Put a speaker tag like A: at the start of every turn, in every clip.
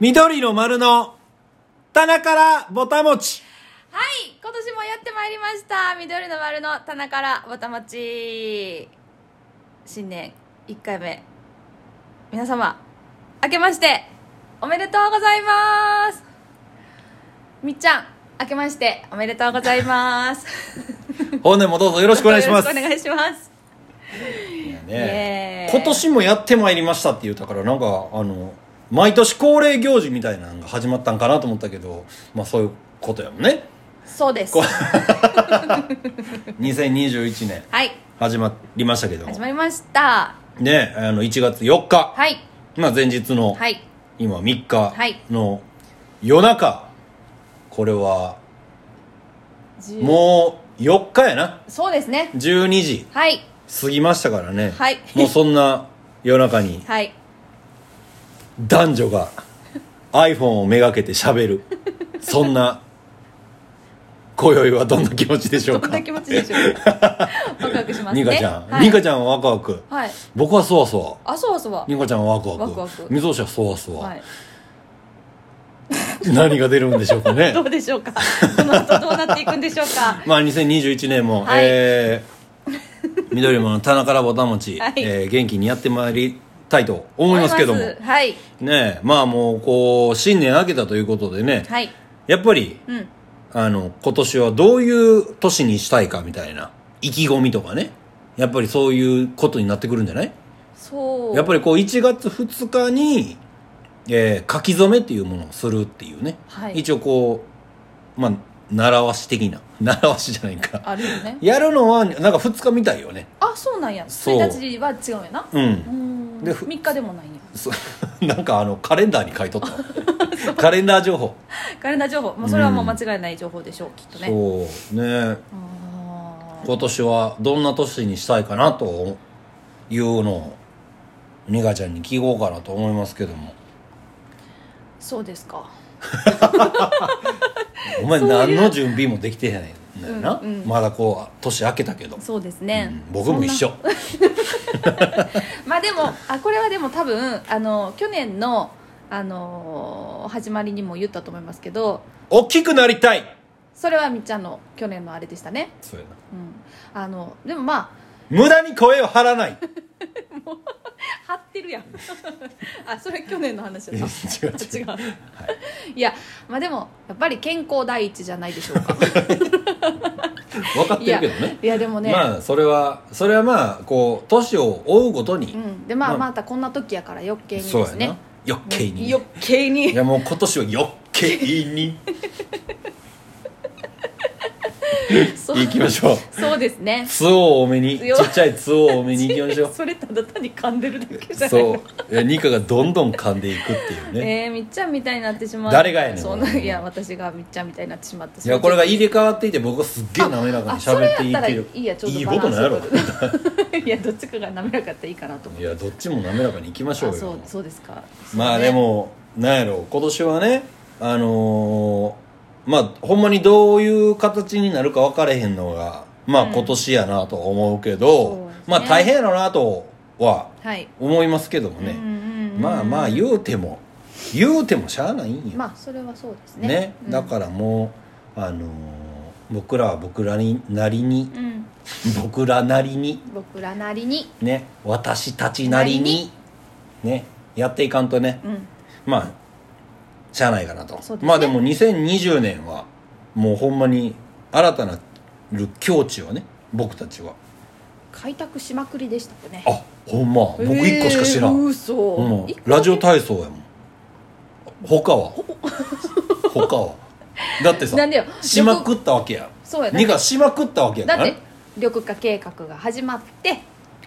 A: 緑の丸の棚からぼたもち
B: はい今年もやってまいりました緑の丸の棚からわたまち新年1回目皆様明けましておめでとうございますみっちゃん明けましておめでとうございます
A: 本年もどうぞよろしくお願いします
B: よろくお願いします
A: いやね
B: イエーイ
A: 今年もやってまいりましたって言ったからなんかあの毎年恒例行事みたいなのが始まったんかなと思ったけどまあそういうことやもんね
B: そうです
A: こ2021年
B: はい
A: 始まりましたけど
B: 始まりました
A: ねあの1月4日、
B: はい
A: まあ、前日の、
B: はい
A: 今3日
B: はい
A: の夜中これは
B: じゅう
A: もう4日やな
B: そうですね
A: 12時
B: はい
A: 過ぎましたからね、
B: はい
A: もうそんな夜中に
B: はい
A: 男女が iPhone をめがけて喋るそんな今宵はどんな気持ちでしょう
B: ど
A: んか
B: な気持ちでしょうか ワクワクしますね
A: ニカちゃん、
B: はい、
A: ニカちゃんはワクワク
B: はい
A: 僕はそわそわ
B: あそうそうは
A: ニカちゃんはワク
B: ワク
A: ワ
B: ワ
A: ク
B: ク
A: 溝下はそわそわ、
B: はい、
A: 何が出るんでしょうかね
B: どうでしょうかこの後どうなっていくんでしょうか
A: まあ2021年も、
B: はい
A: えー、緑もの棚からぼたもち、
B: はい
A: えー元気にやってまいりたいと思いますけども
B: 思いますはい
A: ねえまあもうこう新年明けたということでね、
B: はい
A: やっぱり
B: うん
A: あの今年はどういう年にしたいかみたいな意気込みとかねやっぱりそういうことになってくるんじゃない
B: そう
A: やっぱりこう1月2日に、えー書き初めっていうものをするっていうね、
B: はい
A: 一応こうまあ習わし的な 習わしじゃないか
B: あるよね
A: やるのはなんか2日みたいよね
B: あそうなんや
A: そう
B: 1日は違うんやな
A: うん
B: うーん
A: でふ
B: 3日でもないんや
A: そ なんかあのカレンダーに書いとった わカレンダー情報
B: カレンダー情報、まあ、それはもう間違いない情報でしょうきっとね
A: そうね
B: あー
A: 今年はどんな年にしたいかなというのをニガちゃんに聞こうかなと思いますけども
B: そうですか
A: お前何の準備もできてへんのよな、
B: うんうん
A: まだこう年明けたけど、
B: そうです
A: う
B: ね
A: ん、僕も一
B: そん
A: 緒
B: なまあでもあこれはでも多分あの去年のあのー始まりにも言ったと思いますけど
A: 大きくなりたい
B: それはみっちゃんの去年のあれでしたね
A: そうやな
B: うんあのでもま
A: 無駄に声を張らない
B: あ張ってるやん あそれ去年の話だった
A: 違う違う
B: あ違ういやまあでもやっぱり健康第一じゃないでしょうか
A: 分かっ
B: い
A: てる
B: や
A: けどね
B: いやでもね、
A: まあそれはそれはまあこう年を追うごとに、
B: うん、でまあ
A: まあ
B: またこんな時やから余計に
A: そう
B: で
A: や
B: す
A: な
B: ね
A: 余計に
B: 余計
A: い
B: に
A: やもう今年は余計に
B: そう
A: 行きましょう
B: そうですね
A: つを多めにち
B: 強
A: っちゃいつを多めに行きましょう
B: それただ単に噛んでるだけじゃない
A: そういやニカがどんどん噛んでいくっていうね、
B: えー、みっちゃんみたいになってしまう
A: 誰がやねん
B: そうないや私がみっちゃんみたいになってしまって
A: いやこれが入れ替わっていて僕はすっげえ滑らかに喋っていける
B: あそれやったらいいやちょうど
A: いことなんやろ
B: バランス いやどっちかが滑らかやったらいいかなと思っ
A: い
B: て
A: やどっちも滑らかにいきましょ
B: あ
A: う
B: そ
A: よ
B: うそうですか
A: まあ
B: そうね
A: でもなんやろ今年はねあのーまあほんまにどういう形になるか分かれへんのがまあ
B: うん
A: 今年やなと思うけど、
B: そうですね
A: まあ大変やろなとは
B: はい
A: 思いますけども
B: うん
A: ね、
B: うんうん
A: まあまあ言うても言うてもしゃあないんよ、
B: まあそれはそうですね
A: ねだかららもう、あのー僕らは僕らになりに
B: うん
A: 僕らなりに
B: 僕らなりに
A: ね私たちなりにねやっていかんとね
B: うん
A: まあしゃあないかなと、
B: そうですね
A: まあでも2020年はもうほんまに新たなる境地をね僕たちは
B: 開拓しまくりでしたよね
A: あほんま僕1個しか知ら
B: えー
A: ん、
B: 嘘
A: ほんま
B: 一個だ
A: ラ
B: け
A: ジオ体操やもん他は他はだってさ
B: なんでよ
A: しまくったわけや
B: そうやな
A: ニカしまくったわけやか
B: だ
A: ら
B: って緑化計画が始まって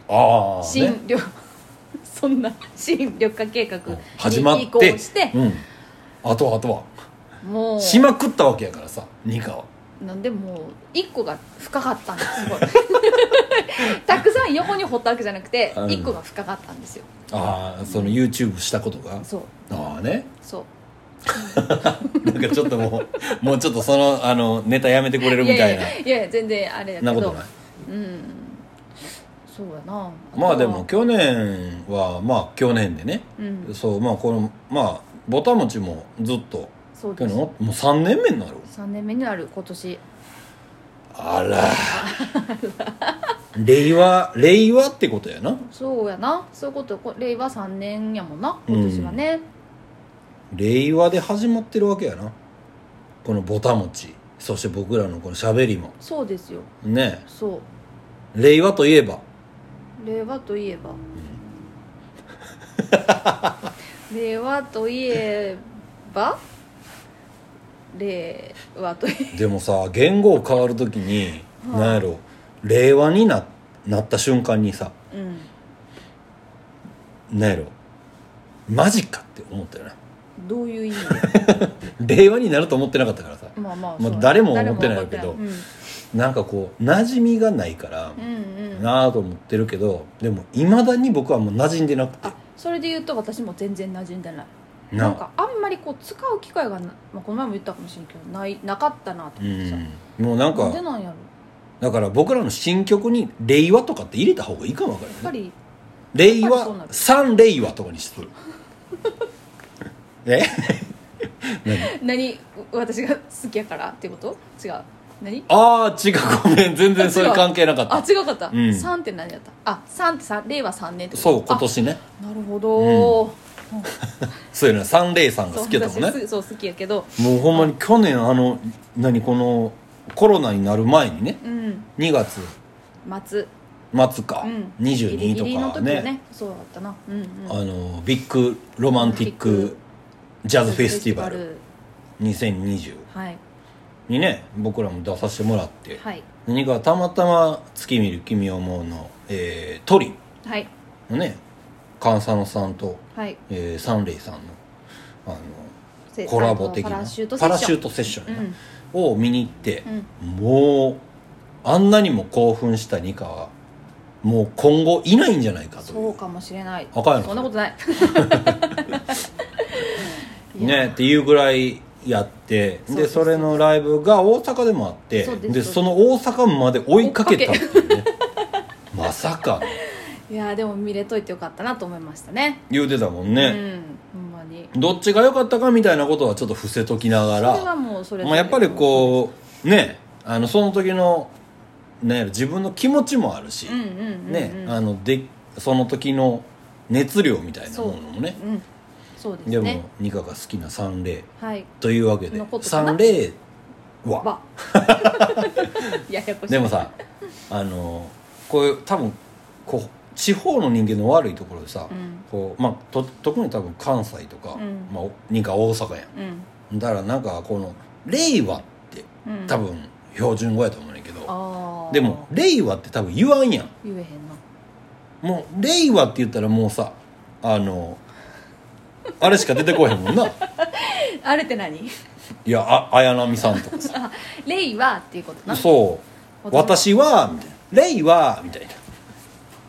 A: ああ、
B: 新
A: ね、
B: 緑 そんな新緑化計画に
A: 始まっ
B: 移行
A: て
B: して
A: うん、あとはあとは
B: もう
A: しまくったわけやからさニカは
B: なんでもう一個が深かった んですすごいたくさん横に掘ったわけじゃなくて
A: うん
B: 一個が深かったんですよ
A: ああその YouTube したことが
B: そう
A: ああね
B: そ
A: なんかちょっとも うもうちょっとそのあのネタやめてくれ
B: う
A: るみたいな
B: やいやいや全然あれだけ
A: な
B: ど
A: ことない
B: うんそうやな
A: まあ
B: と
A: で
B: は
A: も去年はまあ去年でね、
B: うん
A: そうまあこのまあぼたもちもずっと
B: そう
A: け
B: で
A: ど
B: す
A: もう3年目になる
B: 3年目になる今年
A: あ ら令和令和ってことやな
B: そうやなそういうことこ令和3年やもんな今年はね、
A: 令和で始まってるわけやなこのぼたもちそして僕らのこの喋りも
B: そうですよ
A: ね
B: そう
A: え令和といえば
B: 令和といえ ば令和といえば令和といえ
A: でもさ言語を変わるときに
B: はい
A: 何やろ令和にななった瞬間にさ
B: うん
A: 何やろマジかって思ったよね
B: どういう意味
A: 令和になると思ってなかったからさ
B: まあまあ
A: まあ
B: そう
A: 誰も思ってないけど
B: 誰も思って
A: なんかこう馴染みがないから
B: ないうんうんうん
A: なあと思ってるけどでもいまだに僕はもう馴染んでなくて
B: あそれで言うと私も全然馴染んでない
A: な
B: なんかあんまりこう使う機会がな、まあ、この前も言ったかもしれんけどないなかったなと
A: う
B: 思ってさ、
A: んもうなん
B: なんで
A: か
B: なんやろ
A: だから僕らの新曲に「令和」とかって入れた方がいいかもわか
B: やっ
A: る
B: ぱ
A: ね
B: り
A: 令
B: やっぱりそうな
A: 和
B: る
A: 三令和とかにするえ
B: 何私が好きやからってこと違う何
A: ああ違うごめん全然そういう関係なかっ
B: あ
A: た
B: 違うかった、
A: うん
B: 3って何やったあ三3って三令和3年ってこと
A: そう今年ね
B: あなるほど、
A: そうやな三令さんが
B: そう
A: 好きやったもんね
B: 私そう好きやけど
A: もうほんまに去年あの何このコロナになる前にね
B: うん
A: 2月
B: 松
A: 末か、
B: うんギリギリ
A: 22
B: の
A: とか
B: 時
A: ね
B: ねそうだったなうんうん
A: あのビッグロマンティックジャズフェスティバル2020
B: はい
A: にね僕らも出させてもらって、
B: はい
A: 何かたまたま「月見る君を思うの」えー、トリ
B: はい
A: のね菅佐野さんと、
B: はい
A: えー、サンレイさんのあの
B: せ
A: コラボ的な
B: パラシュート
A: パラシュー
B: ト
A: トセッションやな
B: うん
A: を見に行って、もうあんなにも興奮したニカはもう今後いないんじゃないかとい
B: そううかもしれない
A: あかんやろ
B: そんなことない いや
A: ねっていうぐらいやって
B: そう
A: で
B: です
A: それのライブが大阪でもあって
B: そう
A: で
B: です
A: その大阪まで追いかけたっていうねまさか
B: いやでも見れといてよかったなと思いましたね
A: 言うてたもん
B: う
A: ね、
B: んほんまに
A: どっちが良かったかみたいなことはちょっと伏せときなが
B: それ
A: ら
B: はもうそれ
A: まあ、やっぱりこうねあのその時の、ね、自分の気持ちもあるし、
B: うんうんうんうん
A: ねあのでその時の熱量みたいなものもね
B: うんそうです
A: で
B: ね
A: もニカが好きな三例
B: はい
A: というわけで
B: のことかな
A: 三例は
B: ばややこしい
A: でもさあのこういう多分こう地方の人間の悪いところでさ、
B: うん
A: こうまあ、と特に多分関西とか、
B: うん
A: まあ、ニカ大阪や
B: うん
A: んだからなんかこの「令和」って
B: うん
A: 多分標準語やと思うねんだけど、
B: ああ
A: でも「令和」って多分言わんやん
B: 言えへんな
A: もう「令和」って言ったらもうさあのあれしか出てこへんも んな
B: あれって何
A: いやあ綾波さんとかさ
B: あレイはっていうことな
A: そう「私
B: 私
A: は」みたいな「令和」みたいな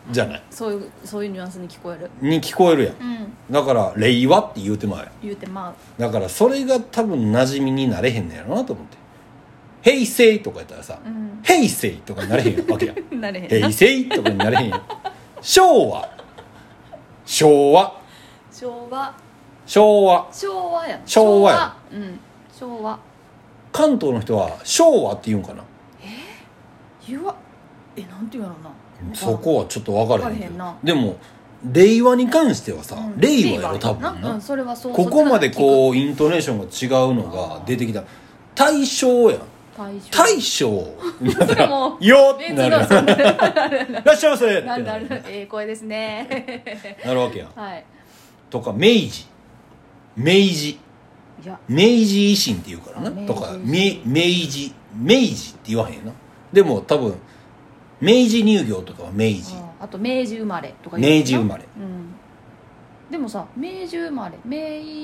A: じゃない
B: そういうそういうニュアンスに聞こえる
A: に聞こえるやん
B: うん
A: だから「令和」って言うてまうやん
B: 言うてま
A: だからそれが多分馴染みになれへんのやろなと思って「平成」とかやったらさ「
B: うん
A: 平成」とかになれへん わけやん
B: なれへんな
A: 平成とかになれへんやん昭和昭和
B: 昭和
A: 昭和
B: 昭和やん
A: 昭和や
B: 昭和うん昭和
A: 関東の人は昭和って言うんかな
B: 言わえなんて言うのな
A: そこはちょっと分からへんけど
B: 分からへんな
A: でも令和に関してはさ、
B: うん
A: 令和やろ多分
B: な
A: な、
B: うんそれはそう
A: ここまで
B: う
A: こうイントネーションが違うのが出てきた大正やん
B: 対
A: 大 正
B: それも
A: よっ
B: 別
A: て
B: の
A: なる
B: そんない
A: らっしゃいませってな
B: な
A: ん
B: だあ
A: る
B: るええ声です ね
A: なるわけやん
B: はい
A: とか明治明治
B: いや
A: 明治維新って言うから
B: あ明
A: な
B: 治
A: とか
B: 維
A: 明明治明治って言わへんよなでも多分明治乳業とかは明治
B: ああと明治生まれとか言う
A: 明治生まれ
B: うんでもさ明治生まれ明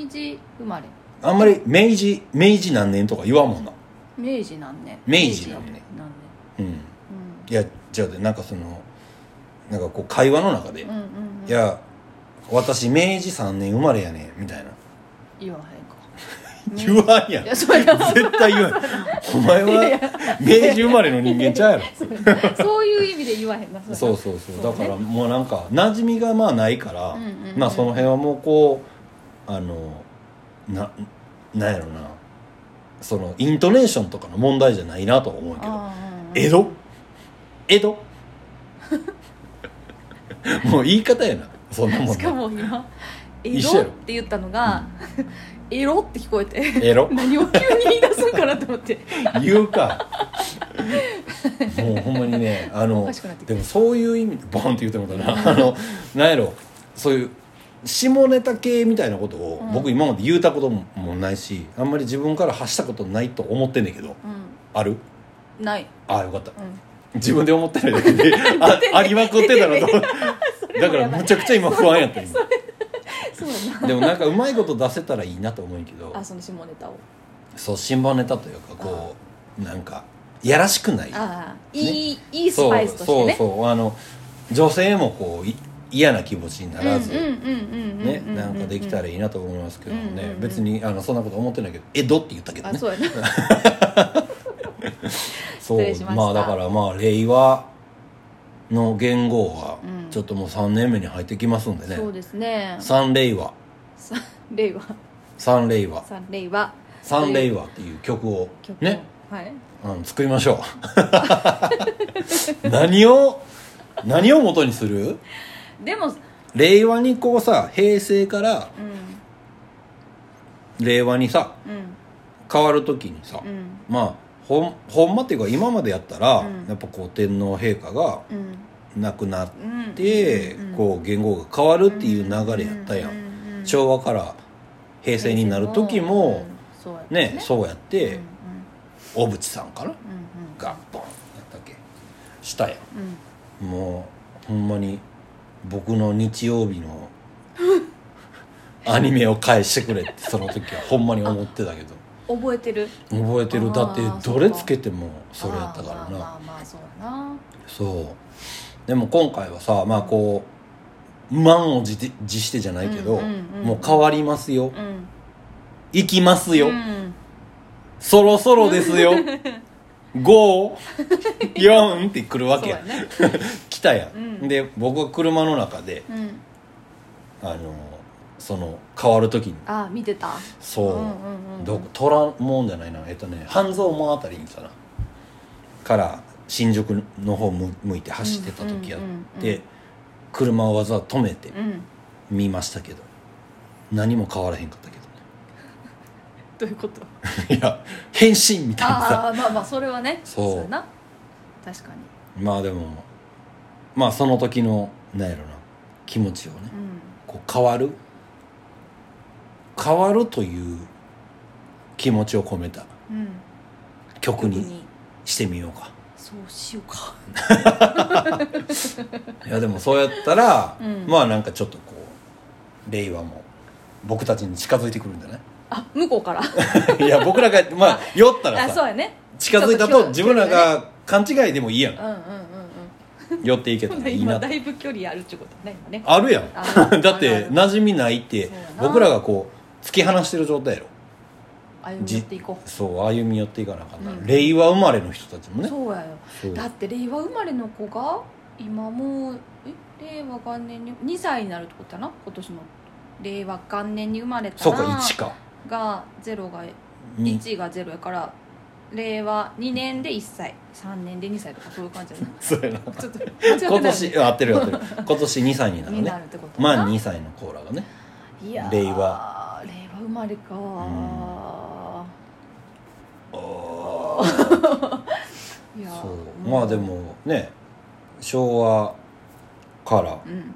B: 治生まれ
A: あんまり明治明治何年とか言わんもんな
B: 明治何年
A: 明治何年
B: 何年
A: うん
B: うん
A: いやじゃあなんかそのなんかこう会話の中で、
B: うんうんうん
A: いや私明治3年生まれやねんみたいな
B: 言わへんか
A: 言わんやん
B: いやそれは
A: 絶対言わんお前は明治生まれの人間ちゃうやろ
B: そうそういう意味で言わへんなれ
A: そうそうそう
B: そ
A: だ
B: うね
A: からもうなんか馴染みがまあないから、
B: うんうんうん
A: まあその辺はもうこうあのななんやろなそのイントネーションとかの問題じゃないなとは思うけど
B: あ
A: 江戸江 戸もう言い方やなそんなもんな
B: しかも今「エ
A: 一
B: ロ」
A: 緒
B: っ
A: やろ
B: て言ったのが「 エロ」って聞こえて
A: エロ
B: 何を急に言い出すんかなと思って
A: 言うかもうほんまにねあ
B: お
A: の
B: かしくなってきた
A: でもそういう意味でボンって言ってもうたなあのなんやろそういう下ネタ系みたいなことを
B: うん
A: 僕今まで言うたことももないしあんまり自分から発したことないと思ってんねんけど
B: う
A: ある
B: んない
A: ああよかった
B: うん
A: 自分で思ってないだけであありまくってたなと思って だからむちゃくちゃ今不安やった今
B: そうや
A: でもなんかうまいこと出せたらいいなと思うけど
B: なあその下ネタを
A: そう下ネタというかこうなんかやらしくない
B: ああいいいいスパイスとしてね
A: そう
B: う
A: そうそうあの女性もこうい嫌な気持ちにならず、
B: んうんうんうん
A: ねなんかできたら
B: いい
A: いいなと思いますけどもね、
B: うんうんうん
A: 別にあのそんなこと思ってないけど「江戸」って言ったけど
B: あ
A: ね
B: そうやな
A: そ
B: 失礼しました
A: まあだからまあ令和の元号は
B: うん
A: ちょっともう3年目に入ってきますんでね、
B: そうですね
A: 三令和
B: さ令和
A: 三令和
B: 三令和
A: 三令和っていう曲を
B: 曲を
A: ね
B: はい
A: あの作りましょう 何を何を元にする
B: でも
A: 令和にこうさ平成から
B: うん
A: 令和にさ
B: うん
A: 変わる時にさ、
B: うん
A: まあほんほんまっていうか今までやったら、
B: うん
A: やっぱこう天皇陛下が
B: うん
A: 亡くなっ
B: うん
A: て、
B: うん
A: こう元号が変わるっていう流れやったやん、
B: うう
A: 昭和から平成になる時も、
B: うんそうやった
A: ねそうやっ
B: うんう
A: て
B: ん、
A: 小渕さんかな
B: うんうん
A: がボンやったっけしたや
B: うん
A: んもうほんまに僕の日曜日 のアニメを返してくれってその時はほんまに思ってたけど
B: 覚えてる
A: 覚えて
B: あ
A: る
B: ー
A: だってどれつけてもそれやったから
B: あーまあま
A: な
B: あまあそうやな
A: そうでも今回はさまあこう満を持て持してじゃないけど、
B: うんうんうん
A: もう変わりますよ
B: うん
A: 行きますよ、
B: うん
A: そろそろですよ54って来るわ
B: そ
A: け
B: う
A: や
B: やね
A: 来たやん、
B: うん
A: で僕は車の中で
B: うん
A: あのその変わる時に
B: あー見てた
A: そう,、
B: うんうんうん
A: どこ虎もんじゃないなえっとね半蔵門あたりにさなから新宿の方向向いて走ってた時やって、
B: うんうんうん
A: 車をわざわざ止めて
B: うん
A: 見ましたけど何も変わらへんかったけ
B: どういうこと
A: どね いや変身みたいなさ
B: あ あまあまあそれはね
A: そう
B: やな確かに
A: まあでもまあその時のなんやろな気持ちをね
B: うん
A: こう変わる変わるという気持ちを込めた
B: うん
A: 曲
B: 特
A: にしてみようか
B: そうしようか
A: いやでもそうやったら、
B: うん
A: まあなんかちょっとこう令和も僕たちに近づいてくるんじゃな
B: あ向こうから
A: いいや僕らがまあ酔ったら
B: あ
A: さ
B: そうやね
A: 近づいた
B: ちょっ
A: と
B: と
A: 自分らが勘違いでもいいや
B: うんんうんうん
A: 酔っていけた
B: うん
A: らいい
B: 今
A: な
B: だいぶ距離あるってことね今ね
A: あるやん
B: あ る
A: だっ
B: あるあ
A: て
B: る
A: 馴染みないって
B: そうやな
A: 僕らがこう突き放してる状態やろ
B: 歩み寄っていこう
A: そう歩み寄っていかなあかんな、
B: うん
A: 令和生まれの人たちもね
B: そうやよ
A: そう
B: だって令和生まれの子が今もうえ令和元年に2歳になるってことやな今年の令和元年に生まれた
A: そう
B: ら
A: か1か
B: が0が
A: に
B: 1が0やから令和2年で1歳3年で2歳とか そういう感じや な
A: そうやな
B: ちょっと間違ってない
A: 今年合ってる合ってる今年2歳 になる
B: にな
A: ね
B: るってことや
A: ま
B: な
A: あ2歳のコーラがね
B: いやー
A: 令
B: 令
A: 和
B: 和生まれか
A: おー
B: いやー
A: そうまあでもね昭和から
B: うん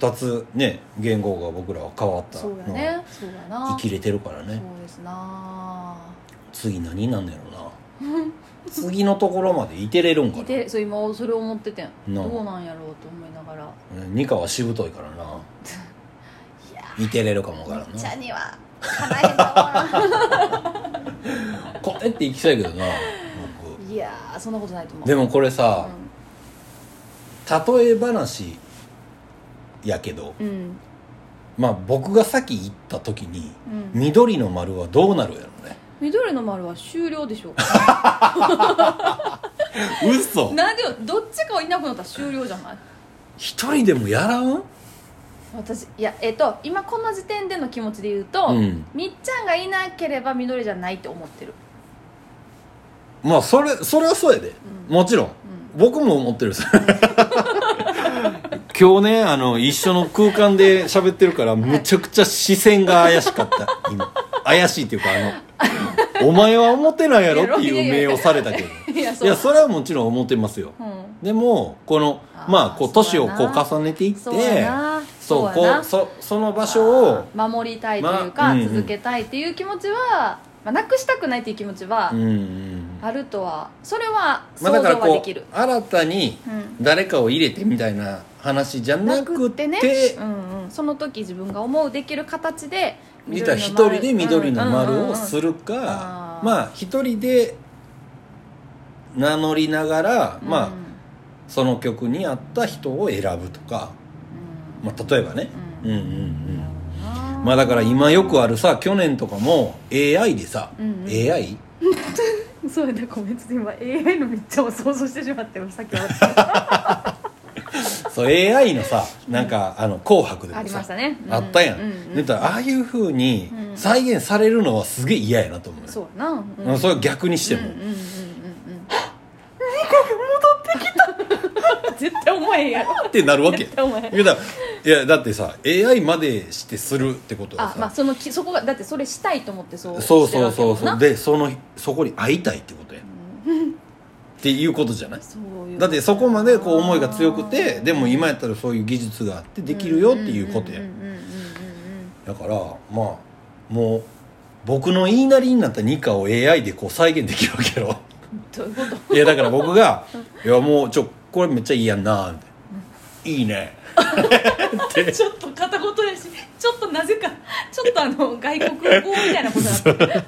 A: 2つね言語が僕らは変わった
B: そうや
A: の
B: ねそうやな
A: 生きれてるからね
B: そうですな
A: 次何なんだろうな次のところまでいてれるんか
B: い
A: な
B: てそう今それ思っててん
A: なあ
B: どうなんやろうと思いながら
A: うん二課はしぶといからな
B: や
A: いてれるかもわからん
B: ちゃ
A: なん
B: にはかなえたわ
A: これって行きたいけどな僕
B: いやーそんなことないと思う
A: で
B: も、
A: もこれさ例え話やけど
B: うんうん
A: まあ僕が先行った時に
B: うん、
A: 緑の丸はどうなるやろね
B: 緑の丸は終了でしょう
A: 嘘
B: なんでよどっちかがいなくなったら終了じゃない
A: 一人でもやらん
B: 私いやえっと今この時点での気持ちで言うと、
A: うん
B: みっちゃんがいなければ緑じゃないと思ってる
A: まあそれそれはそうやで、もちろん、僕も思ってるです 今日ねあの一緒の空間で喋ってるからむちゃくちゃ視線が怪しかった今怪しいっていうかあのお 前は思ってないやろっていう目をされたけど
B: いやそ
A: いうやそれはもちろん思ってますよ、
B: うん
A: でもこの
B: あー
A: まあこう年
B: そう
A: を
B: や
A: こ
B: な
A: う重ねていって
B: そうやな
A: そう
B: そう
A: こ
B: やな
A: うそその場所を
B: 守りたいというか、
A: まあうんうん
B: 続けたいっていう気持ちは、まあ、なくしたくないっていう気持ちは
A: うんうん
B: あるとはそれは
A: まあ
B: 想
A: だ
B: 像
A: から
B: はで
A: こ
B: きる、
A: う新たに
B: うん
A: 誰かを入れてみたいな話じゃな
B: な
A: く
B: く
A: って
B: てね、うんうん、その時自分が思うできる形で
A: 見たら一人で緑の丸をす
B: る、
A: るか
B: あー
A: まあ一人で名乗りながら、まあその曲に合った人を選ぶとか、まあ、例えばね、
B: う
A: うんんうんうん
B: あ
A: まあだから今よくあるさ去年とかも AI でさ、
B: うんうん
A: AI?
B: そうやなごめんちょっと今 AI のみっちゃんを想像してしまってさっき笑っ
A: そう AI のさなんかあの「紅白」で
B: たあ
A: も
B: りま
A: さ
B: したね、うう
A: あったやん、
B: うう
A: でたらああいうふうに
B: うん
A: 再現されるのはすげえ嫌やなと思う,、
B: そうやな、うん
A: それは逆にしても、
B: うんうんうんうんうん戻ってきた 絶対思えへんやろ
A: ってなるわけ
B: 絶対思えへん
A: いやだいやだってさ AI までしてするってことは
B: あ
A: さ、
B: まあそのきそこがだってそれしたいと思ってそう
A: そう
B: してる
A: そ
B: わ
A: うそうん
B: けやも
A: そ
B: な
A: うでそのそこに会いたいってことや、っていうことじゃない
B: そういう
A: だってそこまでこう思いが強くてでも今やったらそういう技術があってできるよっていうことや
B: んうんうんうんうんうん
A: だからまあもう僕の言いなりになったニカを AI でこう再現できるわけよ
B: どういうこと
A: いやだから僕が「いやもうちょこれめっちゃいいやんな」みたいな「いいね」
B: ちょっと片言やしちょっとなぜかちょっとあの外国語みたいなことだっ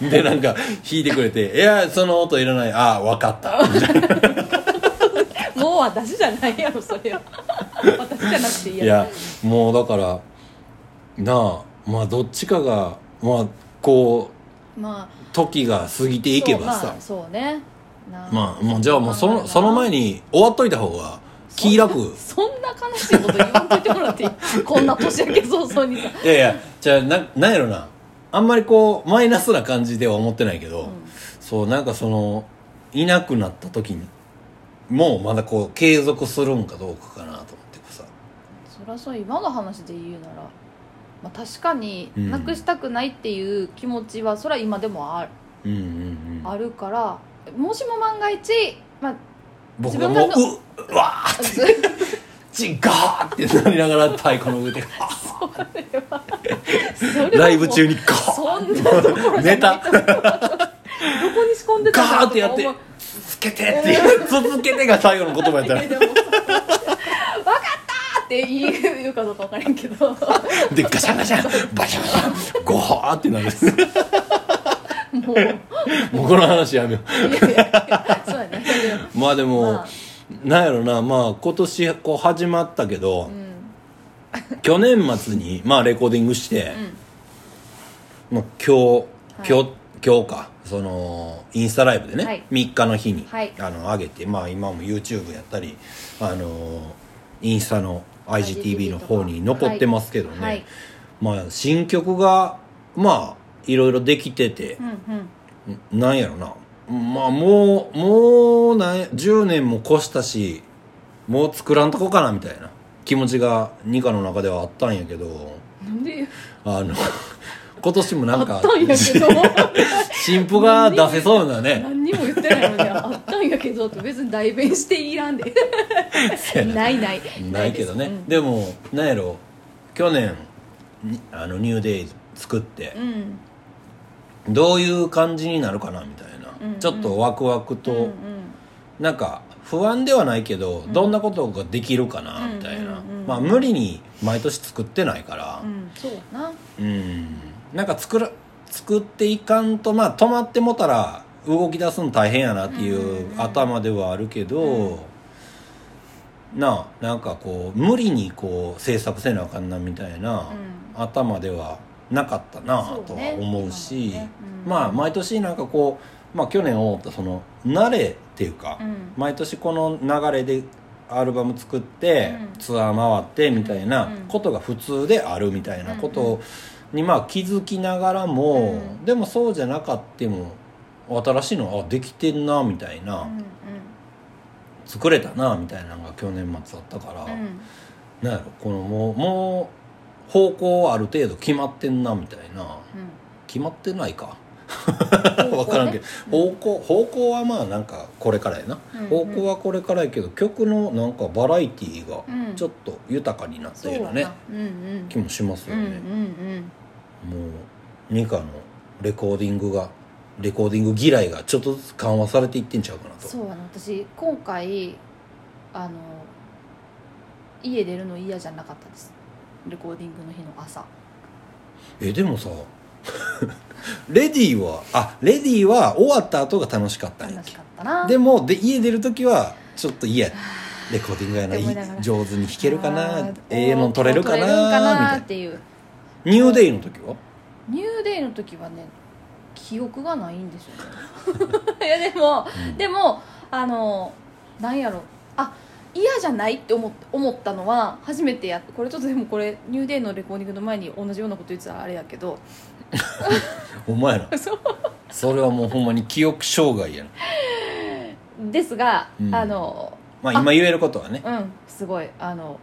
B: た
A: でなんか弾いてくれて「いやその音いらないああ分かった」みたい
B: もう私じゃないやろそれは私じゃなくていい
A: な
B: や
A: いやもうだからなあまあどっちかがまあこ
B: まあ
A: う時が過ぎていけばさ
B: そう,、まあ、そうねな
A: まあ、もうじゃあもうそのその前
B: に
A: に終わっといた方が気楽
B: そんな悲しいこと言わんといてもらっていい こんな年明け早々にさ
A: いやいやじゃあななんやろなあんまりこうマイナスな感じでは思ってないけど、そうなんかそのいなくなった時にもうまだこう継続するんかどうかかなと思ってさ
B: そりゃそう今の話で言うなら、まあ、確かに
A: うん
B: なくしたくないっていう気持ちはそれは今でもある,、
A: うんうんうん
B: あるからもしも万が一、まあ、
A: 僕がもう「
B: 自
A: ううわー!」ちガーってなりながら太鼓の上でライブ中
B: に
A: にガー
B: そんなところじゃない
A: ネ タ
B: どこに仕込んで
A: ガ
B: たんだ
A: ーってやって
B: 思う
A: 「つけて」っていう続けてが最後の言葉や ったら
B: いやでも分かったって言うかどうか分からんけど
A: でガシャガシャバシャバシャゴーってなる
B: もういや
A: もうこの話やめよ
B: いやそうやね
A: うまあでも、
B: まあ
A: なんやろなまあ今年こう始まったけど、
B: うん
A: 去年末にまあレコーディングして、まあ、今日今日、今日かそのインスタライブでね、
B: はい
A: 3日の日に、
B: はい
A: あの上げてまあ今も YouTube やったりあのインスタの IGTV の方に残ってますけどね、
B: はいはい
A: まあ新曲がまあいろいろできてて
B: う、んうん
A: なんやろなまあもうもうなんや10年も越したしもう作らんとこかなみたいな気持ちがニカの中ではあったんやけど
B: なんで
A: あの 今年もなん
B: あ
A: か
B: ったんやけど
A: 新譜が出せそうなね
B: 何にも言ってないのにあったんやけどって別に代弁していらんでないない
A: ないけどね、
B: うん
A: でもなんやろ去年にあのニューデイズ作って
B: う、ん
A: どういう感じになるかなみたいな、
B: うんうん
A: ちょっとワクワクと、
B: うんうん
A: なんか不安ではないけど、どんなことができるかなみたいな、
B: うんうんうんうん
A: まあ無理に毎年作ってないから
B: うんそうやな
A: うん、なんか作ら作っていかんとまあ止まってもたら動き出すの大変やなってい
B: うんうんう
A: うん頭ではあるけど、なあなんかこう無理にこう制作せなあかんなみたいな、
B: う
A: 頭ではなかったなあと
B: そう
A: は
B: ね
A: 思うし
B: 今はねうん
A: まあ毎年なんかこう、まあ、去年思ったその慣れっていうか、
B: うん
A: 毎年この流れでアルバム作って、
B: うん
A: ツアー回ってみたいな
B: うん
A: ことが普通であるみたいなことにまあ気づきながらも、
B: う
A: でもそうじゃなかっても新しいのあできてんなみたいな、
B: うん
A: 作れたなみたいなのが去年末だったから、
B: うんうん
A: なんやろこのもうもう方向はある程度決まってんなみたいな決まってないか 分からんけど方向方向はまあなんかこれからやな、
B: うんうん
A: 方向はこれからやけど曲のなんかバラエティーが
B: うん
A: ちょっと豊かになったようなね、
B: うんうん
A: 気もします
B: う
A: よ
B: んうん
A: ね、
B: うん
A: もうニカのレコーディングがレコーディング嫌いがちょっとずつ緩和されていってんちゃうかなと
B: そうやな私今回あの家出るの嫌じゃなかったですレコーディングの日の朝
A: えでもさ レディーはあレディーは終わった後が楽しかったんや
B: 楽しかったな
A: でもで家出る時はちょっと家レコーディングやな
B: って思いながら
A: い上手に弾けるか
B: あ
A: な
B: ー
A: ええの撮れるかな
B: 撮れるんか
A: みた
B: ないっ
A: な
B: ていう
A: ニューデイの時は
B: ニューデイの時はね記憶がないんです よねいやでも、
A: うん
B: でもあのなんやろあ嫌じゃないって思っ思ったのは初めてやっこれちょっとでもこれニューデイのレコーディングの前に同じようなこと言ってたらあれやけど
A: お前ら
B: そう
A: それはもうほんまに記憶障害やな
B: ですが、
A: うん
B: あの
A: まあ今言えることはね
B: うんすごいあの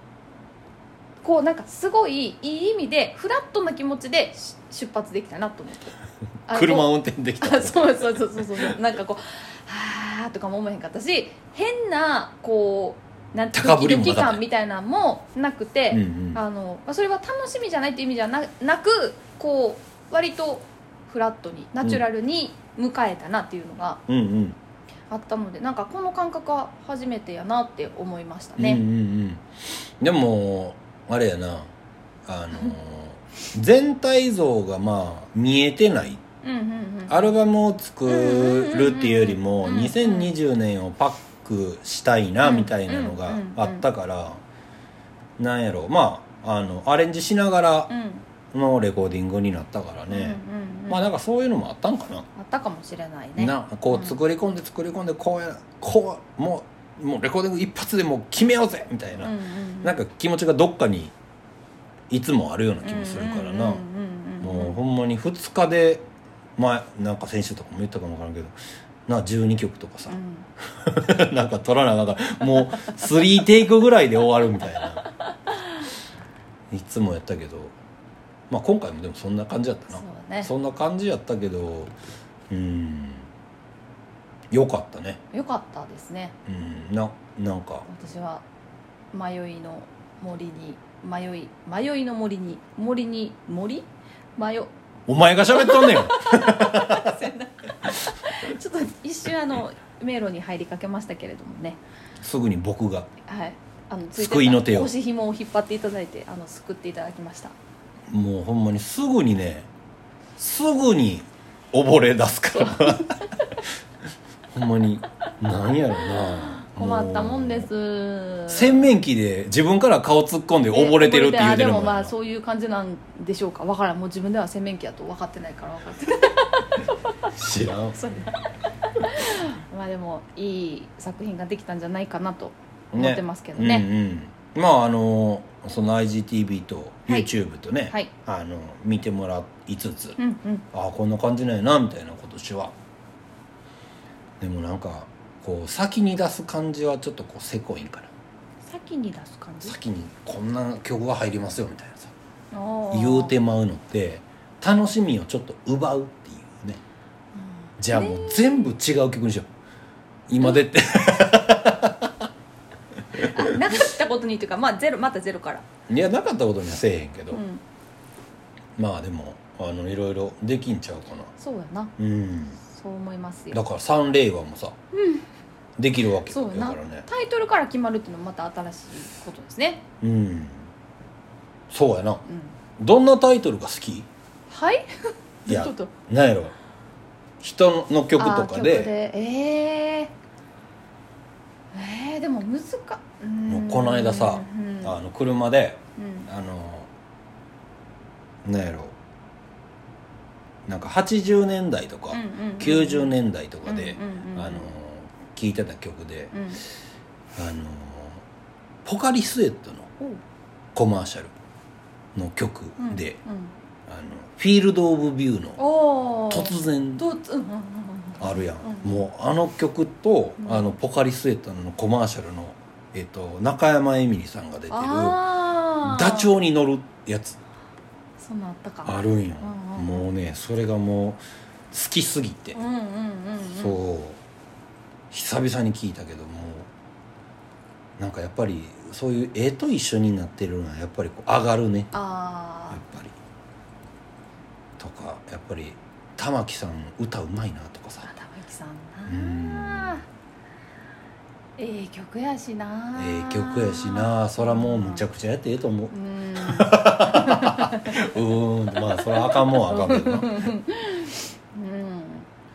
B: こうなんかすごいいい意味でフラットな気持ちでし出発できたなと思って あの
A: 車を運転できた
B: あそうそうそうそうそうなんかこう「はあ」とかも思えへんかったし変なこうなんて
A: 高ぶりもなかった
B: 感みたいなのもなくて、
A: うんうん
B: あのまあそれは楽しみじゃないっていう意味じゃななくこう割とフラットにナチュラルに迎えたなっていうのが
A: うんうん
B: あったので、なんかこの感覚は初めてやなって思いました
A: うんうんう
B: ね、
A: んでもあれやなあのー全体像がまあ見えてない
B: うん、うんうんうん
A: アルバムを作るっていうよりも
B: うんうんうんうん
A: 2020年をパックしたいなみたいなのがあったからなんやろまああのアレンジしながら
B: うん
A: のレコーディングになったからね、
B: うんうんうん
A: まあなんかそういうのもあったんかな、
B: あったかもしれないね
A: なこう作り込んで作り込んでこうやこうもうもうレコーディング一発でもう決めようぜみたいな、
B: うんうんうん
A: なんか気持ちがどっかにいつもあるような気もするからな、
B: うんうんうんうん
A: もうほんまに2日で前なんか先週とかも言ったかもわからんけどな12曲とかさ
B: う、ん
A: なんか取らなあかんからもう3テイクぐらいで終わるみたい ないつもやったけどまあ今回もでもそんな感じやった
B: そ
A: な
B: うね
A: そんな感じやったけどうんよかったね
B: よかったですね
A: うんななんか
B: 私は迷いの森に迷い迷いの森に森に森迷 ちょ
A: お前が喋っとんねん
B: っと一瞬あ の迷路に入りかけましたけれどもね
A: すぐに僕が
B: はいあのつい
A: 救いの手を
B: 腰紐を引っ張っていただいてあの救っていただきました
A: もうほんまにすぐにねすぐに溺れ出すから ほんまに何やろな
B: 困ったもんで
A: も
B: す
A: う洗面器で自分から顔突っ込んで溺れてるって言うてるもん
B: あでも
A: な
B: まあそういう感じなんでしょうかわからんもう自分では洗面器やと分かってないから分か ってない
A: 知らん
B: そうだ まあでもいい作品ができたんじゃないかなと思ってますけどね
A: うんうん、まああのその IGTV と YouTube とね、
B: はい
A: あの見てもらいつつ、
B: うんうん
A: ああこんな感じなんやなみたいな今年はでもなんかこう先に出す感じはちょっとこうせこいんかな
B: 先に出す感じ
A: 先にこんな曲が入りますよみたいなさ言
B: 言
A: うてまうのって楽しみをちょっと奪うっていうねじゃあもう全部違う曲にしよう今出て
B: なかったことにというかまあゼロまたゼロから
A: いやなかったことにはせえへんけど、
B: うん
A: まあでもあのいろいろできんちゃうかな
B: そうやな
A: うん
B: そう思います
A: だ
B: よ
A: から3令和もさ、できるわけだ
B: そう
A: か
B: やな
A: らね
B: タイトルから決まるっていうのもまた新しいことですね
A: うんそうやな
B: うん
A: どんなタイトルが好き
B: はい
A: いや
B: ちょっと
A: なんやろ人の曲と
B: あー
A: か
B: 曲
A: で
B: でえー、えー、でも難かうーん
A: もうこの間さ
B: うん
A: あの車で
B: うん
A: あのなんやろなんか80年代とか、
B: うんうんうん
A: 90年代とかで
B: うんうんうん
A: あの聴いてた曲で
B: うん
A: あのポカリスエットの
B: おう
A: コマーシャルの曲で、
B: うん
A: あのフィールド・オブ・ビューの
B: おー
A: 突然
B: どうつうんうんうん
A: あるやん、もうあの曲と、
B: うん
A: あのポカリスエットのコマーシャルの、えっと中山エミリさんが出てる
B: ああ
A: ダチョウに乗るやつ
B: そんなんあったか
A: あるんよ、
B: うんうん
A: もうねそれがもう好きすぎて、
B: うんうんうんうん
A: そう久々に聞いたけどもなんかやっぱりそういう絵と一緒になってるのはやっぱりこう上がるねや
B: あ
A: っぱりとかやっぱり玉木さん歌うまいなとかさ
B: あ玉木さ
A: うん
B: んなええ曲やしな
A: ええ曲やしなそらもうむちゃくちゃやってええと思う
B: うん
A: うーんまあそらあかんもんはあかんけどな
B: うん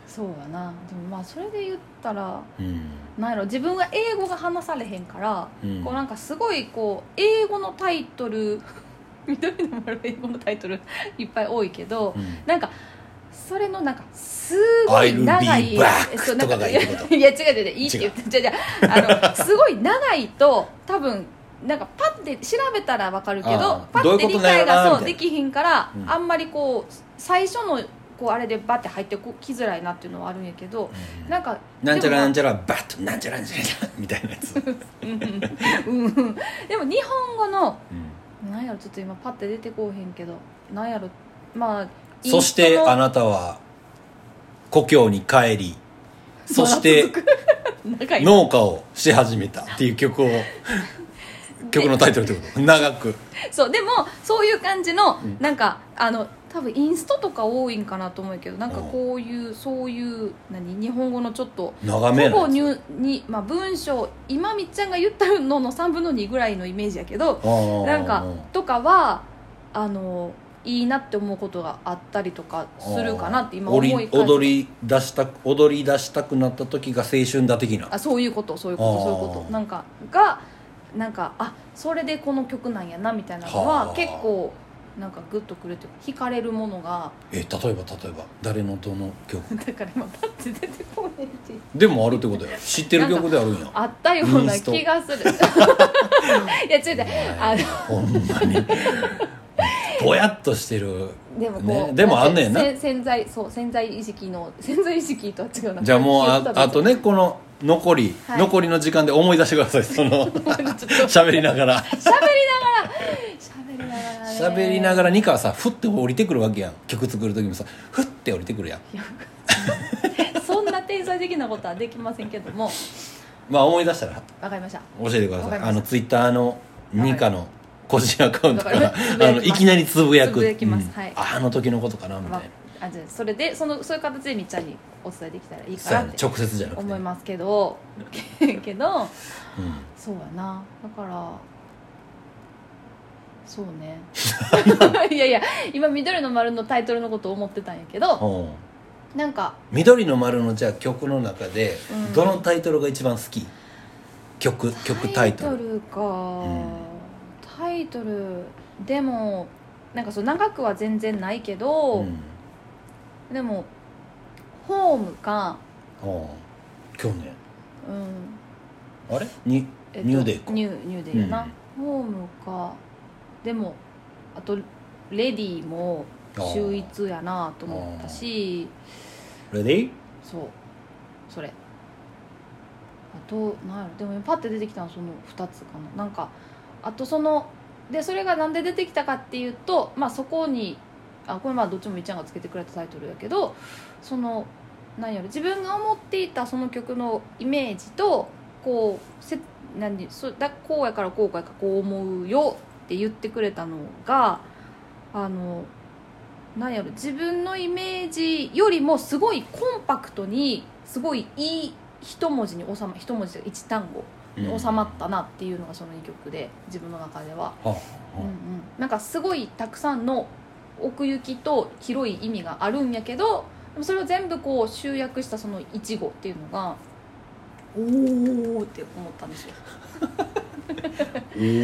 B: そうやなでもまあそれで言ったら
A: うん
B: なんやろ自分が英語が話されへんから、
A: うん
B: こうなんかすごいこう英語のタイトル 緑の丸英語のタイトルいっぱい多いけど、
A: うん
B: なんかそれのなんかすごい長
A: I'll be
B: い
A: back
B: えそうなん
A: とかがいいってこと
B: いやいや違う違う違ういいって言ってじゃじゃあのすごい長いと多分なんかパッて調べたらわかるけ
A: あ
B: ど
A: あ
B: パ
A: どうい
B: ッ
A: うこ
B: て
A: と
B: 理
A: なんや
B: 解
A: ろな
B: が
A: みたいな
B: そうできひんから、
A: うん
B: あんまりこう最初のこうあれでバッて入ってこきづらいなっていうのはあるんやけど、なんか
A: なんちゃらなん
B: ち
A: ちゃらバッとなんちゃらなんちゃらみたいなやつ、うん
B: ゃら、うんうん、でも日本語のなんやろちょっと今パッて出てこうへんけどなんやろまあ
A: そしてあ
B: あ
A: なたは故郷に帰 りそして
B: 長いな
A: 農家をし始めたっていう曲を曲のタイトルってこと長く
B: そうでもそういう感じの、
A: うん
B: なんかあの多分インストとか多いんかなと思うけどなんかこういう、そういう何日本語のちょっと
A: 長め
B: ほぼ
A: なやつ
B: 入に、まあ、文章今みっちゃんが言ったのの3分の2ぐらいのイメージやけど
A: あー
B: なんかとかはあのいいなって思うことがあったりとかするかなって今思い
A: 踊
B: 返
A: り
B: す
A: 踊り出した踊り出したくなった時が青春だ的な
B: あそういうことそういうこと
A: あー
B: そういうことなんかがなんかあそれでこの曲なんやなみたいなの
A: は
B: は
A: あ
B: 結構なんかグッとくるというか惹かれるものが
A: え例えば例えば誰のどの曲
B: だから今パッて出てこないし
A: でもあるってことや知ってる曲であるんや
B: あったよう
A: イン
B: な
A: スト
B: 気がする いや違う違うあの
A: ほんま にぼやっとしてる
B: でもこう、
A: ねでもあんねんな
B: せ潜在そう潜在意識の潜在意識とは違うな
A: じゃあもう
B: 記
A: あ
B: 憶とは
A: あとねこの残り、
B: はい
A: 残りの時間で思い出してくださいそ の
B: 別にちょっと
A: 喋りながら
B: 喋りながらね
A: 喋りながらニカはさふって降りてくるわけやん曲作る時もさふって降りてくるやん
B: そんな天才的なことはできませんけども
A: まあ思い出したら
B: わかりました
A: 教えてくだ
B: わ
A: さ
B: か
A: い
B: りました
A: あのツイッターのニカの個人アカウントから
B: わかりまし た
A: あのいきなりつぶやく
B: つぶやきます
A: うん
B: はい
A: ああの時のことかなみたい
B: ま
A: な
B: あ、じゃあそれでそのそういう形でみっちゃんにお伝えできたらいいか
A: そう
B: な
A: や
B: っ
A: ね
B: て
A: 直接じゃなくて
B: 思いますけど けど
A: うん
B: そうやなだからそう ねいやいや今「緑の丸」のタイトルのことを思ってたんやけど
A: ほう
B: なんか
A: 緑の丸のじゃあ曲の中で
B: うん
A: どのタイトルが一番好き曲曲タイトル
B: か、
A: ん
B: タイトルでもなんかそう長くは全然ないけど、
A: うん
B: でも「ホームか」
A: ほう去年
B: うん
A: あれに
B: えっと
A: ニューデイか
B: ニューニューデイやな、ホームかでもあとレディも秀逸やなと思ったし
A: レディー
B: そうそれあとなんやろでもパッて出てきたのはその2つかななんかあとそのでそれがなんで出てきたかっていうとまあそこにあこれまあどっちもみっちゃんがつけてくれたタイトルやけどその何やろ自分が思っていたその曲のイメージとこうせ何そだこうやからこうこうやからこう思うよって言ってくれたのがあのなんやろ自分のイメージよりもすごいコンパクトにすごいいい一文字に収ま一文字というか一単語に収まったなっていうのがその2曲で自分の中では、
A: たは
B: うんうん、なんかすごいたくさんの奥行きと広い意味があるんやけどでもそれを全部こう集約したその一語っていうのがおーって思ったんですよ
A: おお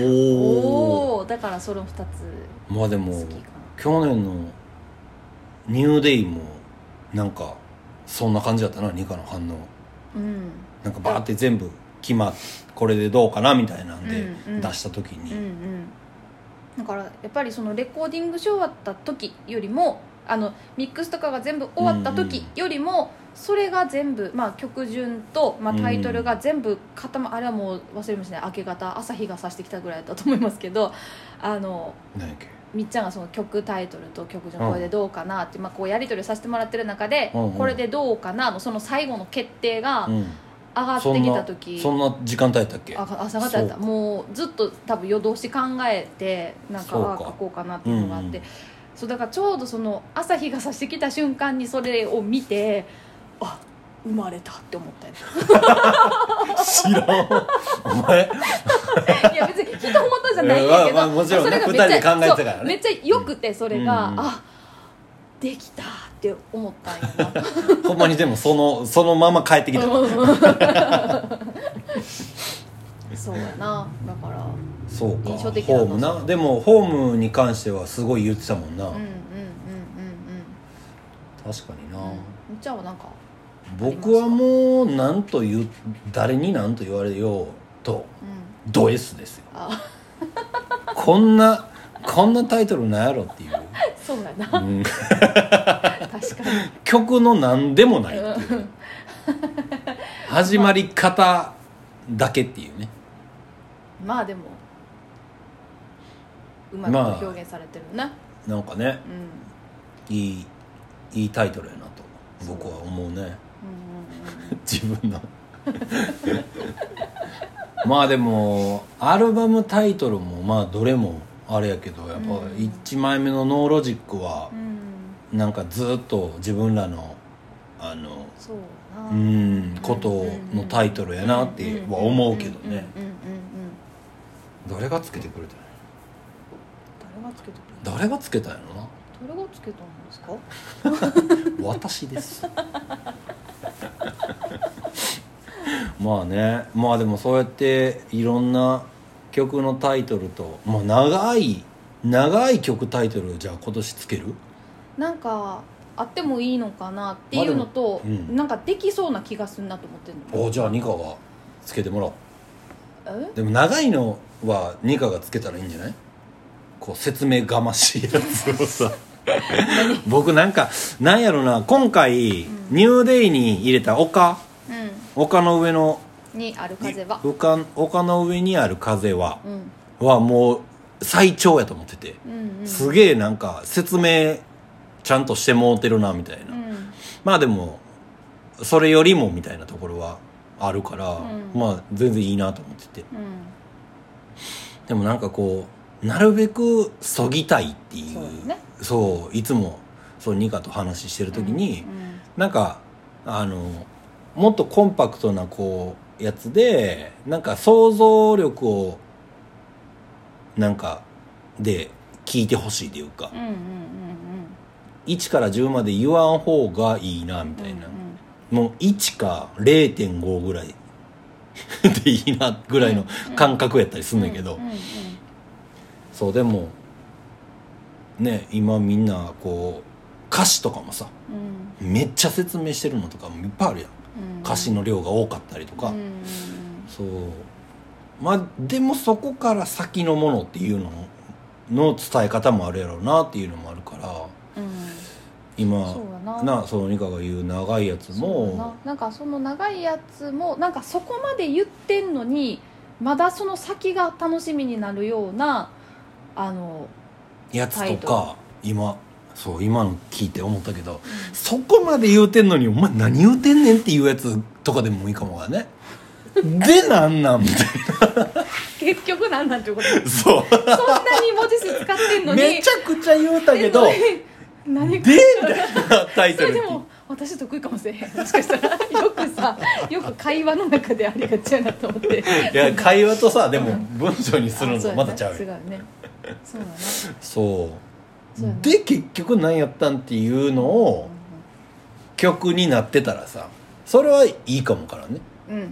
B: おおーだからその2つ
A: まあで
B: 好
A: も
B: きか
A: 去年のニューデイもなんかそんな感じだったなニカの反応
B: なうん
A: なんかバーって全部決まっこれでどうかなみたいなんで
B: うんうん
A: 出した時
B: うんう
A: に、
B: んだからやっぱりそのレコーディングし終わった時よりもあのミックスとかが全部終わった時よりも、それが全部、まあ、曲順と、まあ、タイトルが全部固ま、あれはもう忘れましたね明け方朝日が差してきたぐらいだったと思いますけどあの
A: 何やっけ
B: みっちゃんがその曲タイトルと曲順これでどうかなって、まあ、こうやり取りさせてもらってる中で、
A: うんうん
B: これでどうかなのその最後の決定が
A: うん、
B: 上がっ
A: そ
B: て
A: ん
B: き
A: な
B: た時、
A: そんな時間帯やったっけ
B: あ朝方やった
A: そう
B: もうずっと多分夜通し考えてなんか
A: そうか
B: あ書こうかなっていうのがあって、
A: うんうん
B: そうだからちょうどその朝日が差してきた瞬間にそれを見てあ生まれたって思ったよ
A: 知らんお前
B: いや別に人のことじゃないんやけど、
A: まあまあもちろんね
B: それがめっちゃ
A: 二人で考えてたからね
B: そうめっちゃよくてそれが、
A: うんうん
B: あできたって思ったんやな
A: ほんまにでもその そのまま帰ってきた
B: そうやなだから
A: そうか
B: 印象的だな
A: ホームなでもホームに関してはすごい言ってたもんな、
B: うんうんうんうんうん
A: 確かにな、
B: みっちゃんはなんか
A: 僕はもう何と言う誰に何と言われようと
B: うん
A: ド S ですよ
B: あ
A: こんなこんなタイトルなんやろっていう、
B: そうやな
A: うん
B: 確かに
A: 曲の何でもないっていうね、始まり方だけっていうね
B: まあでもうまい
A: ま
B: こ
A: あ
B: と表現されてるね、
A: なんかね
B: うん
A: いいいいタイトルやなと僕は思うね
B: うん
A: 自分 のまあでもアルバムタイトルもまあどれもあれやけどやっぱ
B: うん
A: 1枚目の「ノーロジック」は
B: うんうんうん
A: なんかずっと自分らのあの
B: そうやな
A: うんことのタイトルやなっては思うけどね
B: うんうんうんうんうん
A: 誰がつけてくれたんや
B: 誰がつけてく
A: 誰がつけたんやろな
B: れ誰がつけたんですか
A: 私です まあねまあでもそうやっていろんな曲のタイトルと、まあ、長い長い曲タイトルじゃあ今年つける
B: なんかあってもいいのかなっていうのと、
A: まあでもうん
B: なんかできそうな気がするなと思ってるの
A: おじゃあニカがつけてもらおう
B: え
A: でも長いのはニカがつけたらいいんじゃないこう説明がましいやつをさ 僕なんかなんやろな今回、
B: うん
A: ニューデイに入れた丘丘の上の
B: うんにある風は
A: 丘丘の上にある風は
B: う、ん
A: はもう最長やと思ってて、
B: うんうん
A: すげえなんか説明ちゃんとしてもうてるなみたいな、
B: うん
A: まあでもそれよりもみたいなところはあるから、
B: うん
A: まあ全然いいなと思ってて
B: う
A: でもなんかこうなるべくそぎたいっていう
B: そうですね
A: そういつもそうニカと話してる
B: ん
A: 時に、
B: うん
A: なんかあのもっとコンパクトなこうやつでなんか想像力をなんかで聞いてほしいというか
B: うんうんうんうん
A: 1から10まで言わん方がいいなみたいな、もう1か0.5ぐらい でいいなぐらいの感覚やったりす
B: うんん
A: だけど、
B: うんうんうん
A: そうでもね今みんなこう歌詞とかもさ
B: うん
A: めっちゃ説明してるのとかもいっぱいあるやん
B: うん
A: 歌詞の量が多かったりとか、
B: うんうんうん
A: そうまあでもそこから先のものっていうのの伝え方もあるやろうなっていうのもあるから
B: うん
A: 今
B: そうやな
A: なそのニカが言う長いやつ
B: そうだな
A: も
B: なんかその長いやつもなんかそこまで言ってんのにまだその先が楽しみになるようなあの
A: やつ
B: タイ
A: と
B: トル
A: か今そう今の聞いて思ったけどそこまで言うてんのにお前何言うてんねんっていうやつとかでもいいかもが ねでなんなんみたい
B: 結局なんなんていうこと
A: なそ
B: そんなに文字数使ってんの
A: う
B: に
A: めちゃくちゃ言うたけど
B: ええのに
A: で
B: 何
A: みたいな タイ
B: そ
A: ト
B: れ
A: ル
B: でも私得意かもしれへんもしかしたらよくさよく会話の中でありがちやなと思って
A: いや会話とさでも文章にする
B: あ
A: の
B: そう
A: とま
B: や
A: たちゃうよ
B: 違うねそうだね
A: そ
B: そうやな
A: うで結局何やったんっていうのを曲になってたらさそれはいいかもからね
B: うんうんうん